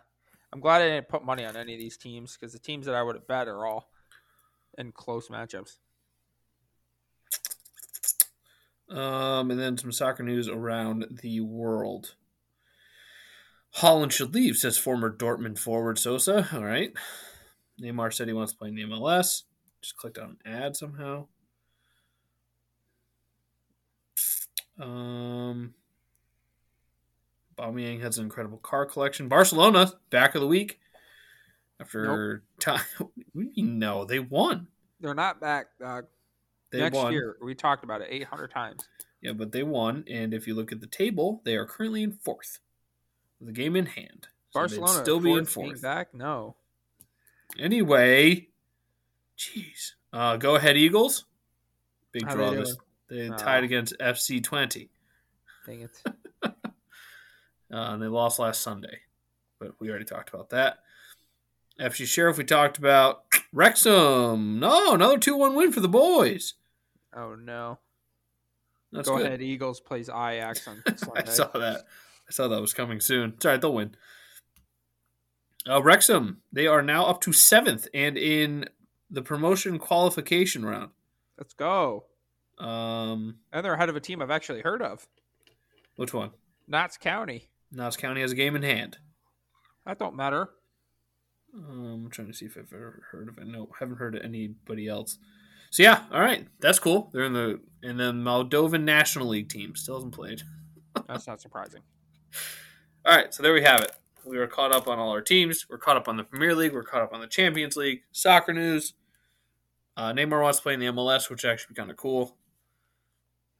S2: I'm glad I didn't put money on any of these teams because the teams that I would have bet are all in close matchups.
S1: Um, and then some soccer news around the world. Holland should leave, says former Dortmund forward Sosa. All right. Neymar said he wants to play in the MLS. Just clicked on an ad somehow. Um, Baumyang has an incredible car collection. Barcelona, back of the week. After time, no, they won.
S2: They're not back. Dog.
S1: They
S2: Next
S1: won.
S2: year, we talked about it 800 times.
S1: Yeah, but they won, and if you look at the table, they are currently in fourth with a game in hand. So they'd
S2: Barcelona
S1: still be in
S2: fourth, being
S1: fourth.
S2: Back? No.
S1: Anyway, jeez, uh, go ahead Eagles. Big
S2: How
S1: draw
S2: they
S1: this. They
S2: Oh.
S1: tied against FC twenty,
S2: Dang it.
S1: uh, and they lost last Sunday. But we already talked about that. FC Sheriff, we talked about Wrexham. No, another two-one win for the boys.
S2: Oh no.
S1: That's
S2: Go
S1: good.
S2: ahead, Eagles plays Ajax on Sunday.
S1: I saw that. I saw that was coming soon. It's all right, they'll win. Uh, Wrexham, they are now up to seventh and in the promotion qualification round.
S2: Let's go.
S1: Um,
S2: And they're ahead of a team I've actually heard of,
S1: which one?
S2: Knox County.
S1: Knox County has a game in hand.
S2: That don't matter.
S1: Um, I'm trying to see if I've ever heard of it. No, haven't heard of anybody else. So yeah, all right, that's cool. They're in the and then Moldovan National League team still hasn't played.
S2: That's not surprising.
S1: All right, so there we have it. We were caught up on all our teams. We're caught up on the Premier League. We're caught up on the Champions League. Soccer news. Uh, Neymar wants to play in the MLS, which would actually be kind of cool.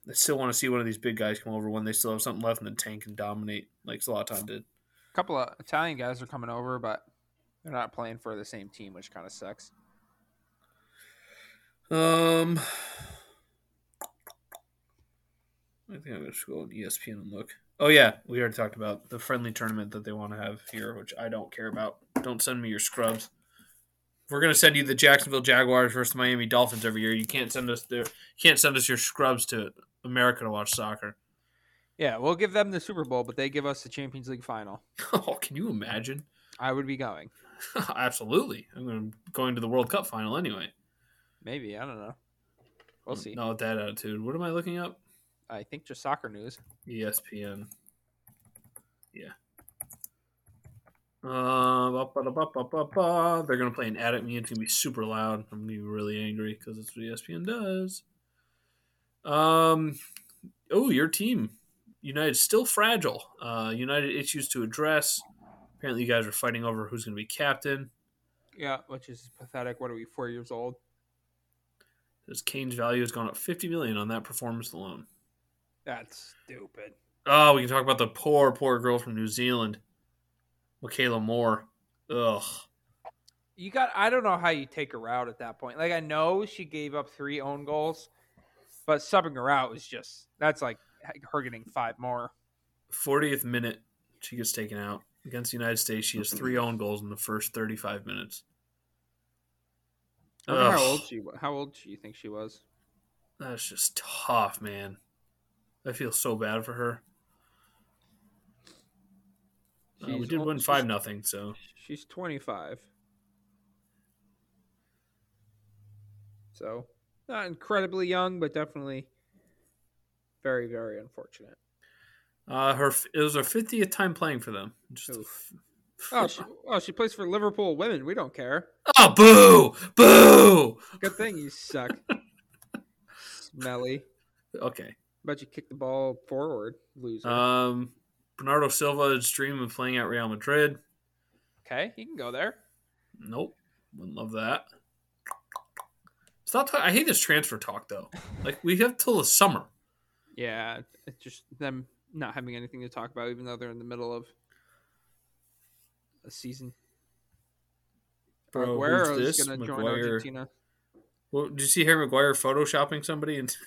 S1: I still want to see one of these big guys come over when they still have something left in the tank and dominate like Zlatan did.
S2: A couple of Italian guys are coming over, but they're not playing for the same team, which kind of sucks.
S1: Um, I think I'm going to E go on ESPN and look. Oh yeah, we already talked about the friendly tournament that they want to have here, which I don't care about. Don't send me your scrubs. If we're going to send you the Jacksonville Jaguars versus the Miami Dolphins every year. You can't send us their, you can't send us your scrubs to America to watch soccer.
S2: Yeah, we'll give them the Super Bowl, but they give us the Champions League final.
S1: Oh, can you imagine?
S2: I would be going.
S1: Absolutely. I'm going going to the World Cup final anyway.
S2: Maybe. I don't know. We'll see.
S1: Not with that attitude. What am I looking up?
S2: I think just soccer news.
S1: E ESPN. Yeah. Uh, ba- ba- da- ba- ba- ba- ba. They're gonna play an ad at me. It's gonna be super loud. I'm gonna be really angry because that's what E ESPN does. Um, oh, your team, United's still fragile. Uh, United issues to address. Apparently, you guys are fighting over who's gonna be captain.
S2: Yeah, which is pathetic. What are we, four years old?
S1: Says Kane's value has gone up 50 million on that performance alone.
S2: That's stupid.
S1: Oh, we can talk about the poor, poor girl from New Zealand, Michaela Moore. Ugh.
S2: you got I don't know how you take her out at that point. Like I know she gave up three own goals, but subbing her out was just that's like her getting five more.
S1: 40th minute, she gets taken out against the United States. She has three own goals in the first 35 minutes.
S2: I wonder how
S1: Ugh.
S2: old she wa- how old do you think she was?
S1: That's just tough, man. I feel so bad for her. Uh, we
S2: She's
S1: did
S2: ol-
S1: win
S2: she's-
S1: five nothing, so
S2: She's twenty five. So not incredibly young, but definitely very, very unfortunate.
S1: uh, her f- it was her 50th time playing for them. Just
S2: Oof. Oh, she, oh, she plays for Liverpool women. We don't care.
S1: oh, boo, boo.
S2: Good thing you suck. Smelly.
S1: Okay.
S2: But you kick the ball forward, loser.
S1: Um, Bernardo Silva's dream of playing at Real Madrid.
S2: okay, you can go there.
S1: Nope, wouldn't love that. Stop! Talk- I hate this transfer talk though. Like we have till the summer.
S2: Yeah, it's just them not having anything to talk about, even though they're in the middle of a season.
S1: Bro, who's
S2: Aguero's
S1: this?
S2: gonna join
S1: Maguire.
S2: Argentina.
S1: Well, did you see Harry Maguire photoshopping somebody? And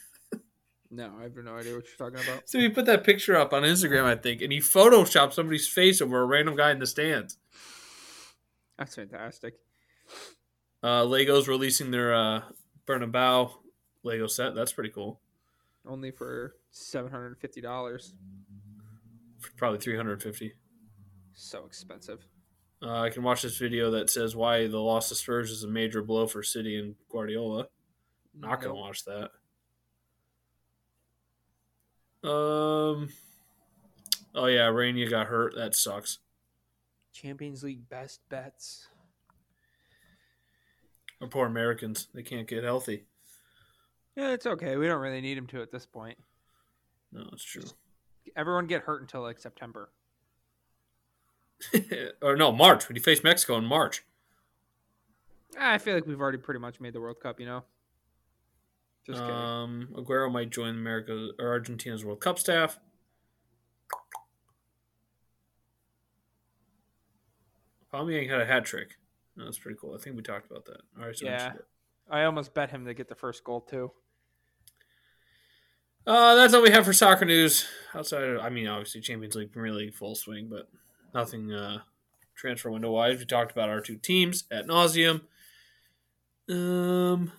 S2: No, I have no idea what you're talking about.
S1: so he put that picture up on Instagram, I think, and he photoshopped somebody's face over a random guy in the stands.
S2: That's fantastic.
S1: Uh, Lego's releasing their uh, Bernabeu Lego set. That's pretty cool.
S2: Only for seven hundred and fifty dollars.
S1: For probably three hundred fifty.
S2: So expensive.
S1: Uh, I can watch this video that says why the loss of Spurs is a major blow for City and Guardiola. Not gonna
S2: Nope.
S1: watch that. Um. Oh yeah, Rainier got hurt. That sucks.
S2: Champions League best bets.
S1: Our Oh, poor Americans. They can't get healthy.
S2: Yeah, it's okay. We don't really need him to at this point.
S1: No, it's true.
S2: Everyone get hurt until like September.
S1: or no, March. When you face Mexico in March.
S2: I feel like we've already pretty much made the World Cup, you know. Just kidding.
S1: Um, Aguero might join America or Argentina's World Cup staff. Palmieri had a hat trick. No, That's pretty cool. I think we talked about that. All right, so
S2: Yeah. I almost bet him to get the first goal too.
S1: Uh, that's all we have for soccer news. Outside, of, I mean, obviously Champions League, Premier League, full swing, but nothing uh, transfer window wise. We talked about our two teams at nauseum. Um,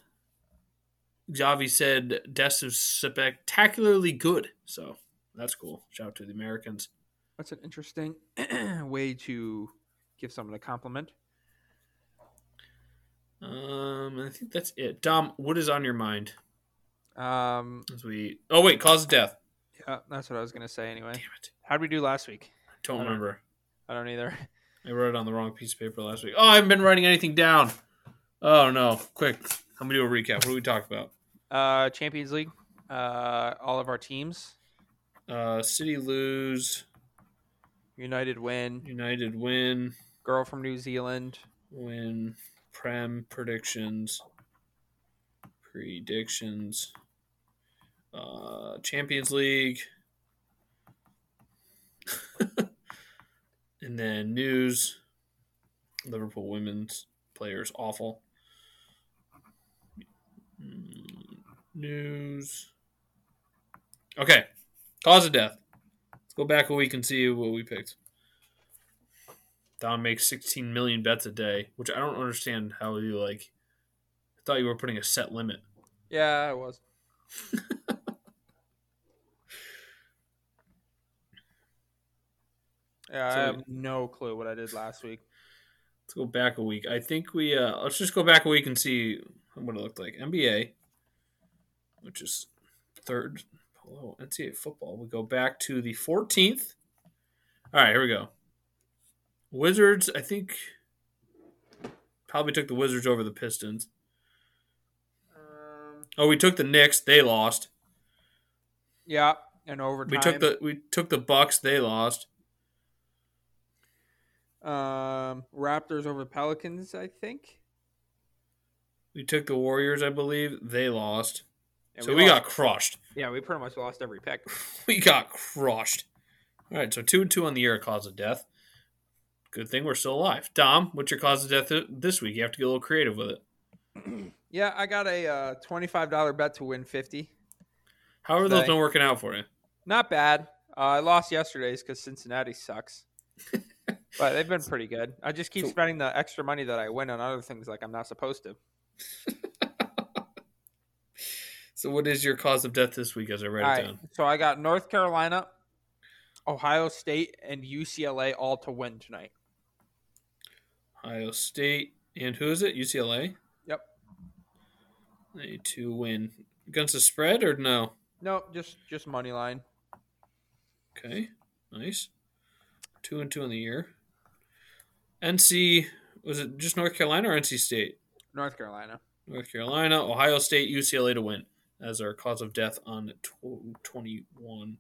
S1: Javi said Dest is spectacularly good, so that's cool. Shout out to the Americans.
S2: That's an interesting way to give someone a compliment.
S1: Um, and I think that's it. Dom, what is on your mind
S2: Um,
S1: as we? Oh wait, cause of death.
S2: yeah, that's what I was gonna say anyway.
S1: Damn it,
S2: How'd we do last week?
S1: don't
S2: I don't-
S1: remember.
S2: I don't either.
S1: I wrote it on the wrong piece of paper last week. Oh, I haven't been writing anything down. Oh no! Quick, I'm gonna do a recap. What do we talk about?
S2: Uh, Champions League. Uh, all of our teams.
S1: Uh, City lose,
S2: United win.
S1: United win,
S2: Girl from New Zealand.
S1: win. Prem predictions, predictions. Uh, Champions League, and then news. Liverpool women's players awful. Mm, News. Okay, cause of death. Let's go back a week and see what we picked. Don makes 16 million bets a day, which I don't understand how you like. I thought you were putting a set limit.
S2: Yeah, it was. yeah, I
S1: So-
S2: have no clue what I did last week.
S1: Let's go back a week. I think we uh let's just go back a week and see what it looked like. NBA, which is third below NCAA football. We go back to the 14th. All right, here we go. Wizards, I think probably took the Wizards over the Pistons.
S2: Um,
S1: Oh, we took the Knicks, they lost.
S2: yeah, and overtime.
S1: We took the we took the Bucks, they lost.
S2: um, Raptors over Pelicans, I think.
S1: We took the Warriors, I believe, they lost.
S2: And
S1: so we got
S2: lost-
S1: crushed.
S2: yeah, we pretty much lost every pick.
S1: we got crushed. All right, so two and two on the year at cause of death. Good thing we're still alive. Dom, what's your cause of death th- this week? You have to get a little creative with it.
S2: yeah, I got a uh, twenty-five dollar bet to win fifty.
S1: How are those
S2: Right.
S1: not working out for you?
S2: Not bad. Uh, I lost yesterday's because Cincinnati sucks. but they've been pretty good. I just keep
S1: So-
S2: spending the extra money that I win on other things like I'm not supposed to.
S1: So, what is your cause of death this week? As I write
S2: All
S1: it
S2: right.
S1: down,
S2: So I got North Carolina, Ohio State, and UCLA all to win tonight.
S1: Ohio State and who is it? UCLA.
S2: Yep.
S1: They two win against the spread or no?
S2: Nope, just just money line.
S1: Okay, nice. Two and two on the year. NC was it just North Carolina or NC State?
S2: North Carolina.
S1: North Carolina, Ohio State, UCLA to win as our cause of death on tw- 21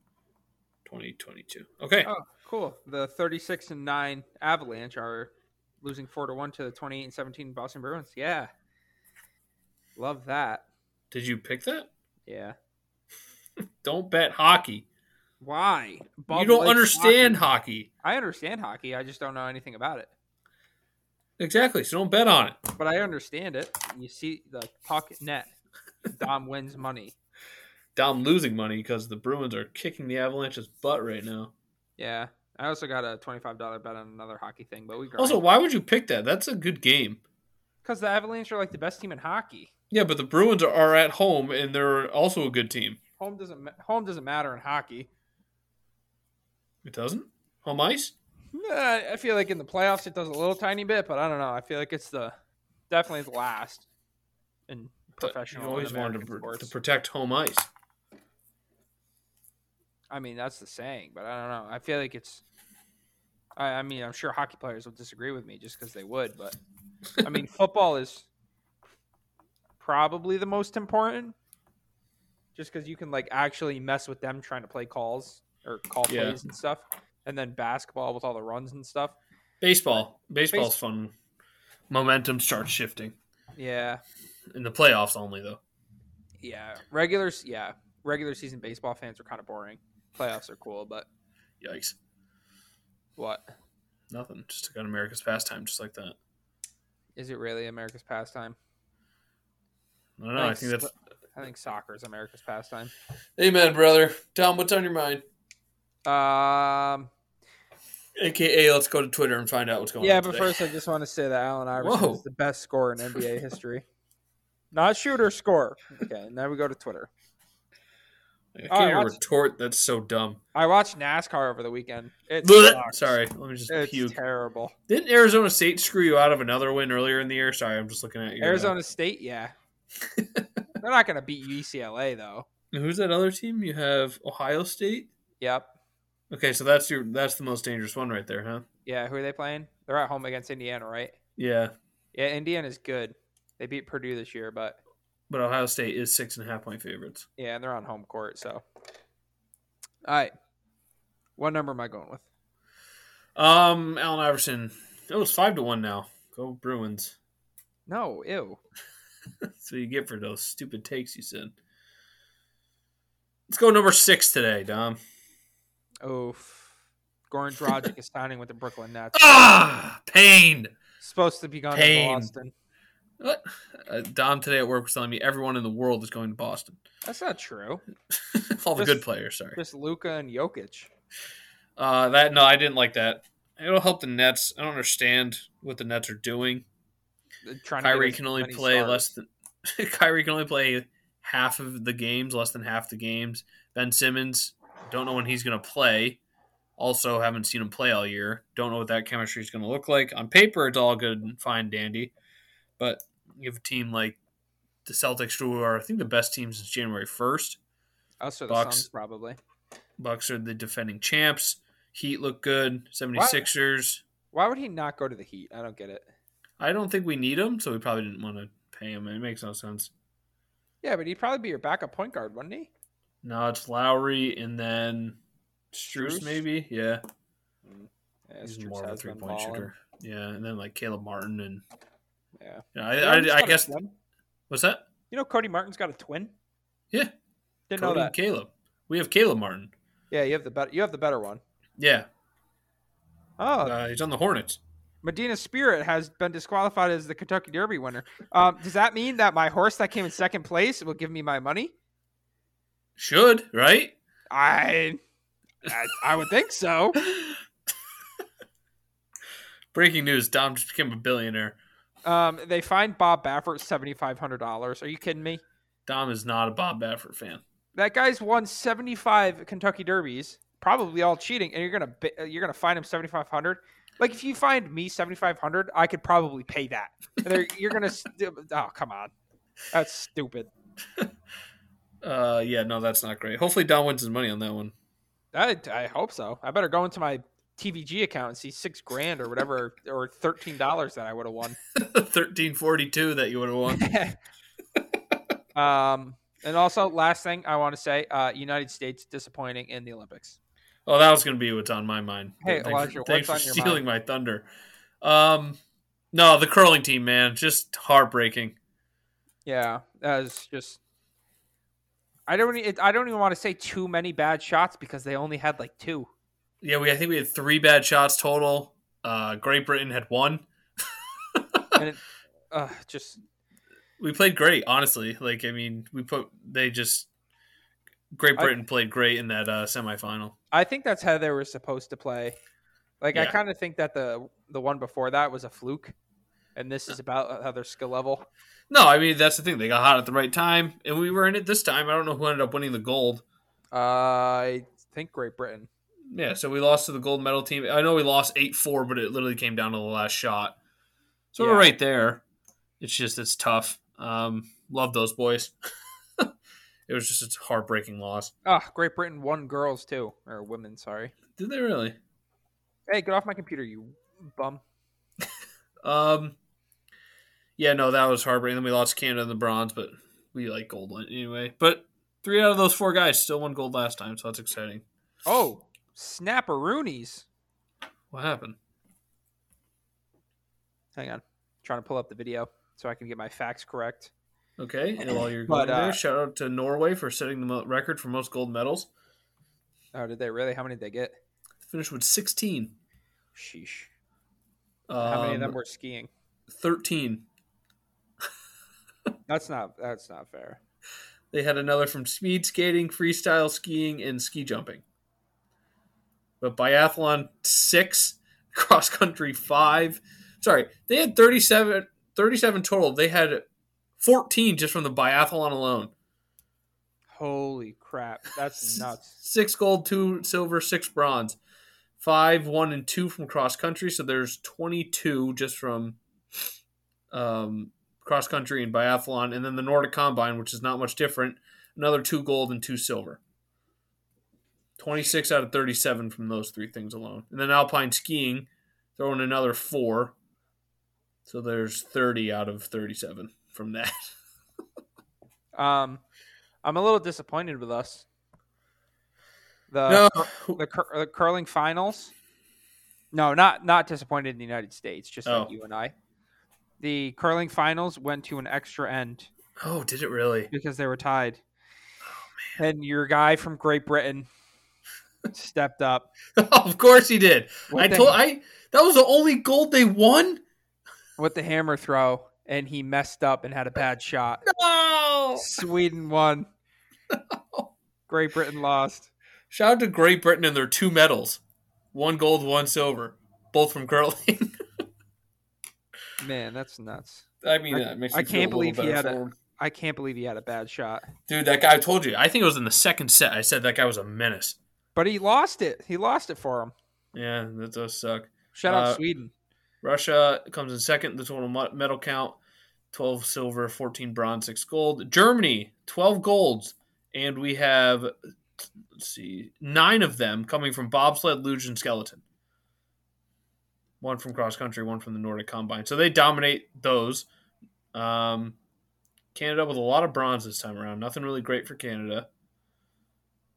S1: 2022. Okay.
S2: Oh, cool. The 36 and 9 Avalanche are losing 4 to 1 to the 28 and 17 Boston Bruins. Yeah. Love that.
S1: Did you pick that?
S2: Yeah.
S1: Don't bet hockey.
S2: Why?
S1: you
S2: Bob
S1: don't
S2: likes
S1: understand
S2: hockey.
S1: hockey.
S2: I understand hockey. I just don't know anything about it.
S1: Exactly. So don't bet on it.
S2: But I understand it. You see the pocket net. Dom wins money.
S1: Dom losing money because the Bruins are kicking the Avalanche's butt right now.
S2: Yeah. I also got a twenty-five dollar bet on another hockey thing, but we grind.
S1: Also, why would you pick that? That's a good game.
S2: because the Avalanche are like the best team in hockey.
S1: Yeah, but the Bruins are at home and they're also a good team.
S2: Home doesn't ma- home doesn't matter in hockey.
S1: It doesn't? Home ice?
S2: Nah, I feel like in the playoffs it does a little tiny bit, but I don't know. I feel like it's the definitely the last in
S1: But
S2: professional.
S1: You always
S2: and American
S1: wanted to, pr- to
S2: sports.
S1: protect home ice.
S2: I mean, that's the saying, but I don't know. I feel like it's. I, I mean, I'm sure hockey players will disagree with me just because they would, but I mean, football is probably the most important, just because you can like actually mess with them trying to play calls or call
S1: Yeah.
S2: plays and stuff, and then basketball with all the runs and stuff.
S1: Baseball. Baseball's fun. Momentum starts shifting.
S2: Yeah,
S1: In the playoffs only, though.
S2: yeah. Regular, s- yeah. Regular season baseball fans are kind of boring. Playoffs are cool, but
S1: Yikes.
S2: what
S1: Nothing. Just took out America's pastime just like that.
S2: is it really America's pastime?
S1: I don't know. I
S2: Thanks.
S1: think that's.
S2: I think soccer is America's pastime.
S1: Amen, brother. Tom, what's on your mind?
S2: Um.
S1: AKA, let's go to Twitter and find out what's going
S2: Yeah,
S1: on.
S2: but
S1: today.
S2: first I just want to say that Allen Iverson
S1: Whoa.
S2: is the best scorer in NBA history. Not shooter, score. Okay, and then we go to Twitter.
S1: I can't
S2: All right,
S1: even
S2: what's-
S1: retort. That's so dumb.
S2: I watched NASCAR over the weekend. It sucks.
S1: Sorry. Let me just
S2: it's
S1: puke.
S2: terrible.
S1: Didn't Arizona State screw you out of another win earlier in the year? Sorry, I'm just looking at you.
S2: Arizona State, yeah, they're not going to beat UCLA though.
S1: Who's that other team? You have Ohio State.
S2: Yep.
S1: Okay, so that's your that's the most dangerous one right there, huh?
S2: Yeah. Who are they playing? They're at home against Indiana, right?
S1: Yeah,
S2: Yeah, Indiana's good. They beat Purdue this year, but
S1: but Ohio State is six and a half point favorites.
S2: yeah, and they're on home court. So, all right, what number am I going with?
S1: Um, Allen Iverson. Oh, it's five to one now. Go Bruins.
S2: No, ew.
S1: That's what you get for those stupid takes you said. Let's go number six today, Dom.
S2: Oof. Goran Dragic is signing with the Brooklyn Nets.
S1: Ah, pain.
S2: Supposed to be gone
S1: Pain.
S2: to Boston.
S1: What? Uh, Dom today at work was telling me everyone in the world is going to Boston.
S2: That's not true.
S1: All the
S2: Just-
S1: good players. Sorry.
S2: Just Luca and Jokic.
S1: Uh, that no, I didn't like that. It'll help the Nets. I don't understand what the Nets are doing.
S2: They're uh, Trying to get
S1: Kyrie
S2: as
S1: can only
S2: many
S1: play
S2: stars.
S1: less than Kyrie can only play half of the games, less than half the games. Ben Simmons, don't know when he's going to play. Also, haven't seen him play all year. Don't know what that chemistry is going to look like. On paper, it's all good and fine, dandy, but you have a team like the Celtics, who are I think the best team since January first.
S2: Us or the
S1: Bucks.
S2: Suns, probably.
S1: Bucks are the defending champs. Heat look good. 76ers.
S2: Why would he not go to the Heat? I don't get it.
S1: I don't think we need him, so we probably didn't want to pay him. It makes no sense.
S2: Yeah, but he'd probably be your backup point guard, wouldn't he?
S1: No, it's Lowry and then Struce,
S2: Struce?
S1: maybe. Yeah,
S2: Yeah,
S1: he's
S2: Struce
S1: more of a
S2: has been
S1: three-point
S2: balling.
S1: shooter. Yeah, and then like Caleb Martin and
S2: Yeah.
S1: yeah,
S2: You know,
S1: I,
S2: he's
S1: I, I
S2: got a
S1: guess
S2: twin.
S1: what's that?
S2: You know, Cody Martin's got a twin.
S1: Yeah. Cody
S2: Didn't know
S1: and
S2: that.
S1: Caleb. We have Caleb Martin.
S2: Yeah, you have the better. You have the better one.
S1: Yeah,
S2: Oh,
S1: uh, he's on the Hornets.
S2: Medina Spirit has been disqualified as the Kentucky Derby winner. Um, does that mean that my horse that came in second place will give me my money?
S1: Should right?
S2: I, I, I would think so.
S1: Breaking news: Dom just became a billionaire.
S2: Um, they fined Bob Baffert seventy five hundred dollars. Are you kidding me?
S1: Dom is not a Bob Baffert fan.
S2: That guy's won seventy five Kentucky Derbies, probably all cheating, and you're gonna bi- uh, you're gonna fine him seventy five hundred. Like if you find me seventy five hundred, I could probably pay that. And they're- you're gonna st- oh come on, that's stupid.
S1: Uh, yeah, no, that's not great. Hopefully, Dom wins his money on that one.
S2: I, I hope so. I better go into my TVG account and see six grand or whatever, or thirteen dollars that I would have won.
S1: Thirteen forty-two that you would have won.
S2: um, and also, last thing I want to say: uh, United States disappointing in the Olympics.
S1: Oh, that was going to be what's on my mind.
S2: Hey,
S1: thanks,
S2: Elijah,
S1: for,
S2: what's
S1: thanks for
S2: on your
S1: stealing my thunder. Um, no, the curling team, man, just heartbreaking.
S2: Yeah, that was just. I don't. e- I don't even want to say too many bad shots because they only had like two.
S1: Yeah, we I think we had three bad shots total. Uh, Great Britain had one.
S2: and it, uh, just
S1: we played great, honestly. Like I mean, we put they just Great Britain played great in that uh, semifinal.
S2: I think that's how they were supposed to play. Like I
S1: Yeah.
S2: kind of think that the the one before that was a fluke, and this is about how their skill level.
S1: No, I mean that's the thing. They got hot at the right time, and we were in it this time. I don't know who ended up winning the gold.
S2: Uh, I think Great Britain.
S1: Yeah, so we lost to the gold medal team. I know we lost eight four, but it literally came down to the last shot. So
S2: Yeah.
S1: we're right there. It's just it's tough. Um, love those boys. it was just a heartbreaking loss.
S2: Ah, Great Britain won girls too, or women. Sorry.
S1: Did they really?
S2: Hey, get off my computer, you bum.
S1: Um, yeah, no, that was heartbreaking. Then we lost Canada in the bronze, but we like gold anyway. But three out of those four guys still won gold last time, so that's exciting.
S2: Oh, snapperoonies.
S1: What happened?
S2: Hang on, trying to pull up the video so I can get my facts correct.
S1: Okay, and while you're going
S2: But, uh,
S1: there, shout out to Norway for setting the mo- record for most gold medals.
S2: Oh, did they really? How many did they get?
S1: Finished with 16.
S2: Sheesh.
S1: Um,
S2: How many of them were skiing?
S1: 13.
S2: That's not. That's not fair.
S1: They had another from speed skating, freestyle skiing, and ski jumping. But biathlon, six. Cross country, five. Sorry, they had 37, 37 total. They had 14 just from the biathlon alone.
S2: Holy crap! That's nuts.
S1: Six gold, two silver, six bronze. Five, one, and two from cross country. So there's 22 just from um, cross country and biathlon. And then the Nordic Combine, which is not much different, another two gold and two silver. 26 out of 37 from those three things alone. And then alpine skiing, throwing another four. So there's 30 out of 37 from that.
S2: Um, I'm a little disappointed with us. The the, cur- the curling finals. No, not not disappointed in the United States, just
S1: Oh.
S2: like you and I. The curling finals went to an extra end
S1: Oh, did it really?
S2: because they were tied.
S1: Oh,
S2: And your guy from Great Britain stepped up.
S1: of course he did.
S2: With
S1: I
S2: the-
S1: told I that was the only gold they won.
S2: with the hammer throw and he messed up and had a bad shot.
S1: No.
S2: Sweden won. Great Britain lost.
S1: Shout out to Great Britain and their two medals, one gold, one silver, both from curling.
S2: Man, that's nuts.
S1: I mean,
S2: I-
S1: that makes
S2: I
S1: me feel
S2: can't
S1: a little
S2: believe he
S1: better
S2: had a-
S1: for him.
S2: I can't believe he had a bad shot.
S1: Dude, that guy. I told you. I think it was in the second set. I said that guy was a menace.
S2: But he lost it. He lost it for him.
S1: Yeah, that does suck.
S2: Shout out
S1: Uh,
S2: Sweden.
S1: Russia comes in second. in The total mo- medal count: twelve silver, fourteen bronze, six gold. Germany, twelve golds, and we have let's see, nine of them coming from bobsled, luge, and skeleton. One from cross country, one from the Nordic combine. So they dominate those. Um, Canada with a lot of bronze this time around. Nothing really great for Canada.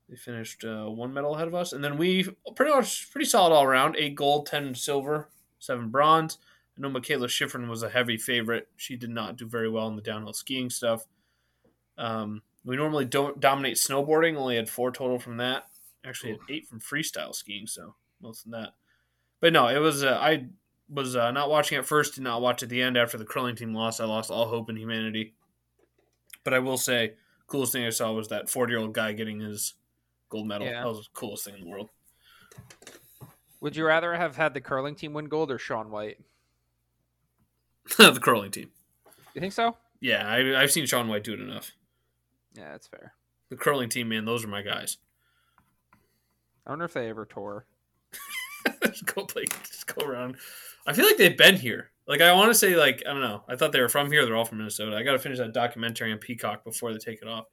S1: They finished uh, one medal ahead of us, and then we pretty much pretty solid all around. Eight gold, ten silver, seven bronze. I know Michaela Schifrin was a heavy favorite. She did not do very well in the downhill skiing stuff. Um, we normally don't dominate snowboarding. Only had four total from that. Actually, had eight from freestyle skiing, so most than that. But no, it was uh, I was uh, not watching at first. Did not watch at the end after the curling team lost. I lost all hope in humanity. But I will say, coolest thing I saw was that forty-year-old guy getting his gold medal.
S2: Yeah.
S1: That was the coolest thing in the world.
S2: Would you rather have had the curling team win gold or Sean White?
S1: the curling team.
S2: You think so?
S1: Yeah, I, I've seen Sean White do it enough.
S2: Yeah, that's fair.
S1: the curling team, man, those are my guys.
S2: I wonder if they ever tore.
S1: just go play, just go around. I feel like they've been here. Like I want to say, like I don't know. I thought they were from here. They're all from Minnesota. I got to finish that documentary on Peacock before they take it off.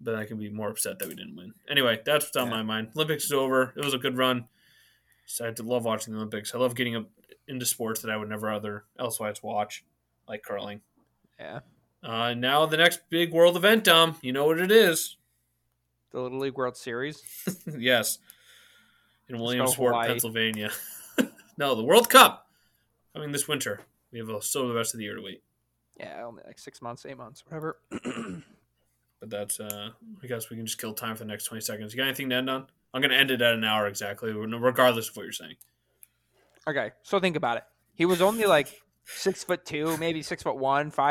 S1: Then I can be more upset that we didn't win. Anyway, that's what's on
S2: Yeah.
S1: my mind. Olympics is over. It was a good run. So I had to love watching the Olympics. I love getting up into sports that I would never other elsewise watch, like curling.
S2: Yeah.
S1: Uh, now the next big world event, Dom. You know what it is.
S2: The Little League World Series.
S1: yes. In Williamsport,
S2: Hawaii.
S1: Pennsylvania. no, the World Cup coming this winter. We have uh, still the rest of the year to wait.
S2: Yeah, only like six months, eight months, whatever.
S1: But that's, uh, I guess we can just kill time for the next 20 seconds. You got anything to end on? I'm going to end it at an hour exactly, regardless of what you're saying.
S2: okay, so think about it. He was only like six foot two, maybe six foot one, five